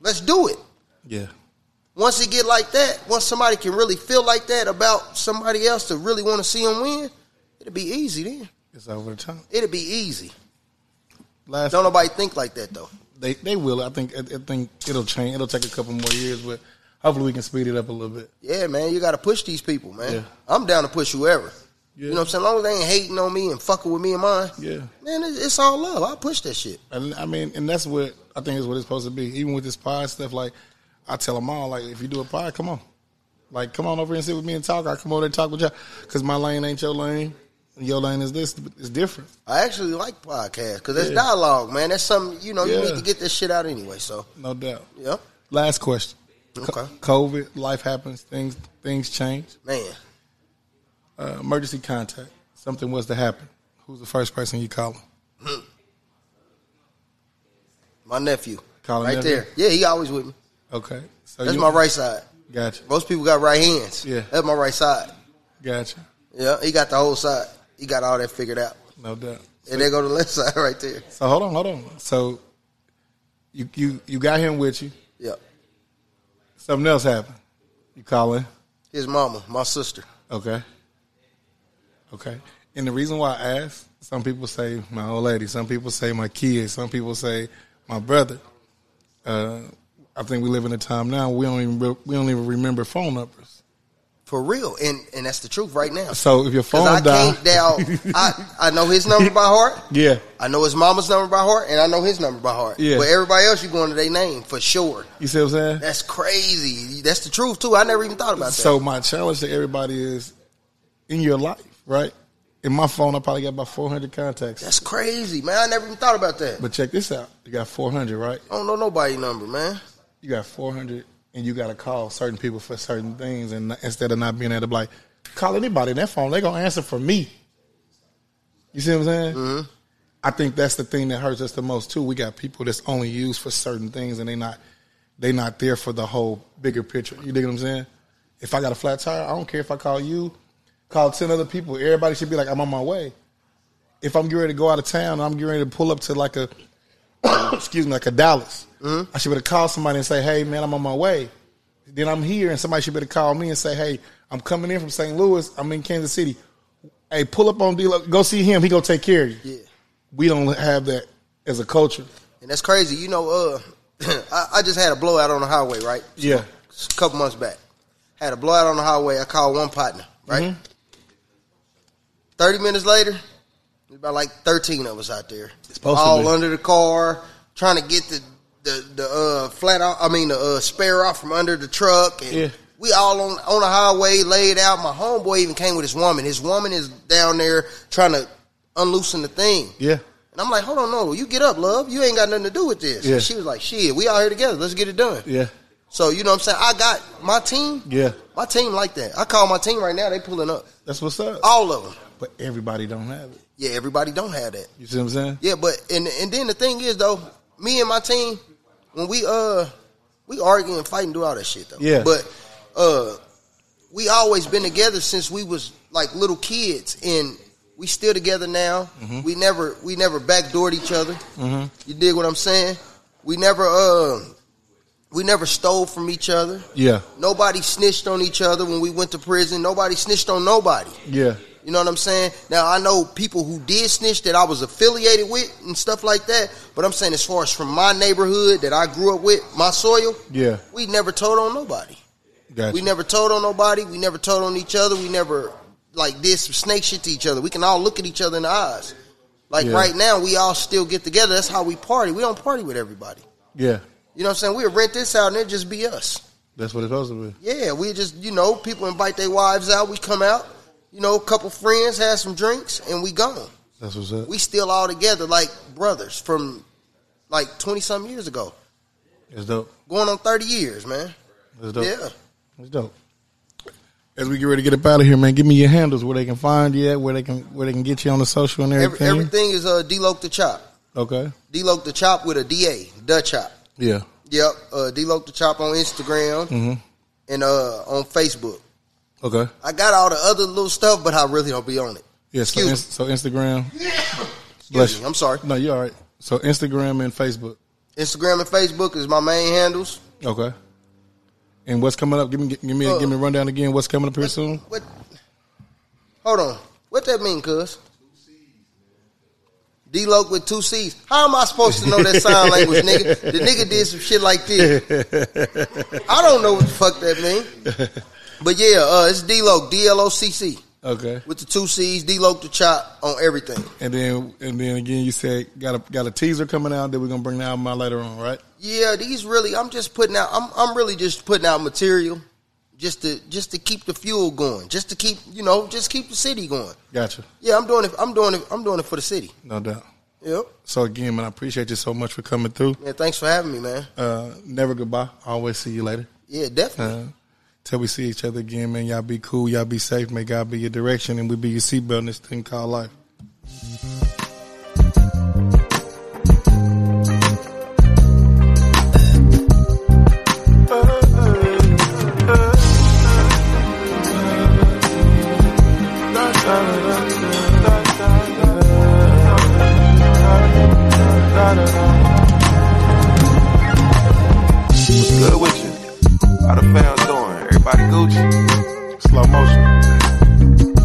E: Let's do it.
C: Yeah.
E: Once it get like that, once somebody can really feel like that about somebody else to really want to see him win, it'll be easy then.
C: It's over the top.
E: It'll be easy.
C: Last
E: Don't nobody think like that though.
C: they they will. I think I, I think it'll change. It'll take a couple more years, but hopefully we can speed it up a little bit.
E: Yeah, man, you got to push these people, man.
C: Yeah.
E: I'm down to push whoever.
C: Yeah.
E: You know what I'm saying? As long as they ain't hating on me and fucking with me and mine,
C: Yeah.
E: man, it- it's all love. I push that shit.
C: And I mean, and that's what I think is what it's supposed to be. Even with this pod stuff, like I tell them all, like if you do a pod, come on, like come on over and sit with me and talk. I come over and talk with y'all because my lane ain't your lane. Your lane is this. It's different.
E: I actually like podcasts because that's
C: Yeah.
E: dialogue, man. That's something you know you
C: Yeah.
E: need to get this shit out anyway. So
C: No doubt.
E: yeah,
C: Last question. Co-
E: Okay.
C: COVID, life happens. Things things change.
E: man,
C: Uh, emergency contact. Something was to happen. Who's the first person you calling?
E: my nephew,
C: Call him
E: right
C: nephew?
E: there. Yeah, he always with me.
C: Okay. So
E: That's
C: you-
E: my right side.
C: Gotcha.
E: Most people got right hands.
C: Yeah.
E: that's my right side.
C: Gotcha.
E: Yeah, he got the whole side. He got all that figured out.
C: No doubt.
E: And they go to the left side right there.
C: So hold on, hold on. So you you you got him with you.
E: Yeah,
C: Something else happened. You calling.
E: his mama, my sister.
C: Okay. Okay. And the reason why I ask, some people say my old lady, some people say my kids, some people say my brother. Uh, I think we live in a time now we don't even re- we don't even remember phone numbers.
E: For real, and and that's the truth right now.
C: So if your phone
E: Cause I
C: dies,
E: can't dial. I I know his number by heart.
C: yeah,
E: I know his mama's number by heart, and I know his number by heart.
C: Yeah.
E: But everybody else, you going to their name for sure.
C: you see what I'm saying.
E: That's crazy. That's the truth too. I never even thought about that.
C: So my challenge to everybody is in your life, right? In my phone, I probably got about 400 contacts.
E: that's crazy, man. I never even thought about that.
C: But check this out: you got 400, right?
E: I don't know nobody number, man.
C: You got 400, and you got to call certain people for certain things, and not- instead of not being able to be like call anybody on that phone, they gonna answer for me. You see what I'm saying? I think that's the thing that hurts us the most too. We got people that's only used for certain things and they not they not there for the whole bigger picture. You dig what I'm saying? If I got a flat tire, I don't care if I call you, call ten other people. Everybody should be like, I'm on my way. If I'm getting ready to go out of town, I'm getting ready to pull up to like a excuse me, like a Dallas. I should be able to call somebody and say, Hey man, I'm on my way. Then I'm here and somebody should be able to call me and say, Hey, I'm coming in from St. Louis. I'm in Kansas City. Hey, pull up on D go see him, he gonna take care of you
E: Yeah.
C: we don't have that as a culture.
E: And that's crazy. You know, uh, I, I just had a blowout on the highway, right?
C: Yeah.
E: It's a couple months back. Had a blowout on the highway. I called one partner, right?
C: Mm-hmm.
E: 30 minutes later, there's about like 13 of us out there. It's
C: supposed to
E: All
C: be.
E: under the car, trying to get the, the, the uh, flat out, I mean, the uh, spare out from under the truck. And
C: Yeah.
E: we all on, on the highway, laid out. My homeboy even came with his woman. His woman is down there trying to unloosen the thing.
C: Yeah.
E: And I'm like, hold on, no, you get up, love. You ain't got nothing to do with this.
C: Yeah.
E: She was like, shit, we all here together. Let's get it done.
C: Yeah.
E: So you know what I'm saying? I got my team.
C: Yeah.
E: My team like that. I call my team right now. They pulling up.
C: That's what's up.
E: All of them.
C: But everybody don't have it.
E: Yeah, everybody don't have that.
C: You see what I'm saying?
E: Yeah, but and and then the thing is though, me and my team, when we uh we argue and fight and do all that shit though.
C: Yeah.
E: But uh we always been together since we was like little kids and we still together now. We never we never backdoored each other. You dig what I'm saying? We never uh we never stole from each other.
C: Yeah.
E: Nobody snitched on each other when we went to prison. Nobody snitched on nobody.
C: Yeah.
E: You know what I'm saying? Now I know people who did snitch that I was affiliated with and stuff like that, but I'm saying as far as from my neighborhood that I grew up with, my soil,
C: Yeah.
E: we never told on nobody.
C: Gotcha.
E: We never told on nobody. We never told on each other. We never like did some snake shit to each other. We can all look at each other in the eyes. Like
C: Yeah.
E: right now, we all still get together. That's how we party. We don't party with everybody.
C: yeah.
E: You know what I'm saying? We'll rent this out and it'll just be us.
C: That's what it's supposed to be.
E: Yeah, we just you know people invite their wives out. We come out, you know, a couple friends, have some drinks, and we gone.
C: That's what's up.
E: We still all together like brothers from like twenty something years ago,
C: It's dope.
E: going on thirty years, man.
C: It's dope.
E: Yeah,
C: It's dope. As we get ready to get up out of here, man, give me your handles where they can find you at, where they can where they can get you on the social and
E: Every,
C: everything.
E: everything is uh, D-Loke the Chop,
C: Okay.
E: D-Loke the Chop with a D A, the Chop.
C: Yeah. Mm-hmm.
E: Yep, uh, D-Loke the Chop on Instagram
C: Mm.
E: and uh, on Facebook.
C: Okay.
E: I got all the other little stuff, but I really don't be on it.
C: Yeah. So,
E: Excuse
C: ins- so Instagram.
E: Excuse me, I'm sorry.
C: No, you're all right. So Instagram and Facebook.
E: Instagram and Facebook is my main handles.
C: Okay. And what's coming up? Give me, give me, give me a rundown again. What's coming up here soon?
E: What? Hold on. What that mean, cuz? D Loke with two C's. How am I supposed to know that sign language, nigga? The nigga did some shit like this. I don't know what the fuck that mean. But yeah, uh, it's D Loke, D L O C C.
C: Okay.
E: With the two C's, D Loke the chop on everything.
C: And then, and then again, you said got a got a teaser coming out that we're gonna bring the album out later on, right?
E: Yeah, these really I'm just putting out I'm I'm really just putting out material just to just to keep the fuel going. Just to keep you know, just keep the city going.
C: Gotcha.
E: Yeah, I'm doing it I'm doing it I'm doing it for the city.
C: No doubt.
E: Yep.
C: So again, man, I appreciate you so much for coming through.
E: Yeah, thanks for having me, man.
C: Uh, never goodbye. Always see you later.
E: Yeah, definitely.
C: Uh, till we see each other again, man. Y'all be cool. Y'all be safe. May God be your direction, and we be your seatbelt in this thing called life.
A: What's good with you? How the fam doing? Everybody Gucci?
C: Slow motion.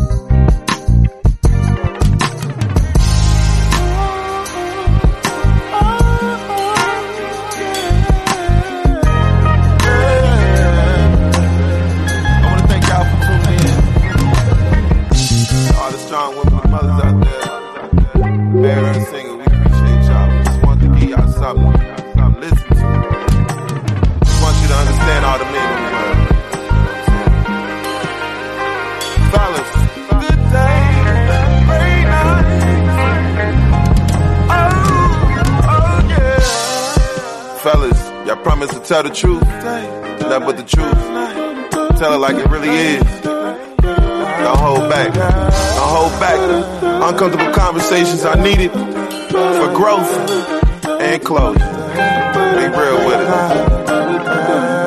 A: I wanna thank y'all for tuning in. All the strong women and mothers out there, married and single, we appreciate y'all. We just wanted to give y'all something, something to listen to. Just want you to understand all the men in the world. Fellas, good day, great night. Oh, oh yeah. Fellas, y'all promise to tell the truth, nothing but the truth. Tell it like it really is. Don't hold back. Don't hold back. Uncomfortable conversations I needed for growth and closure. Be real with it.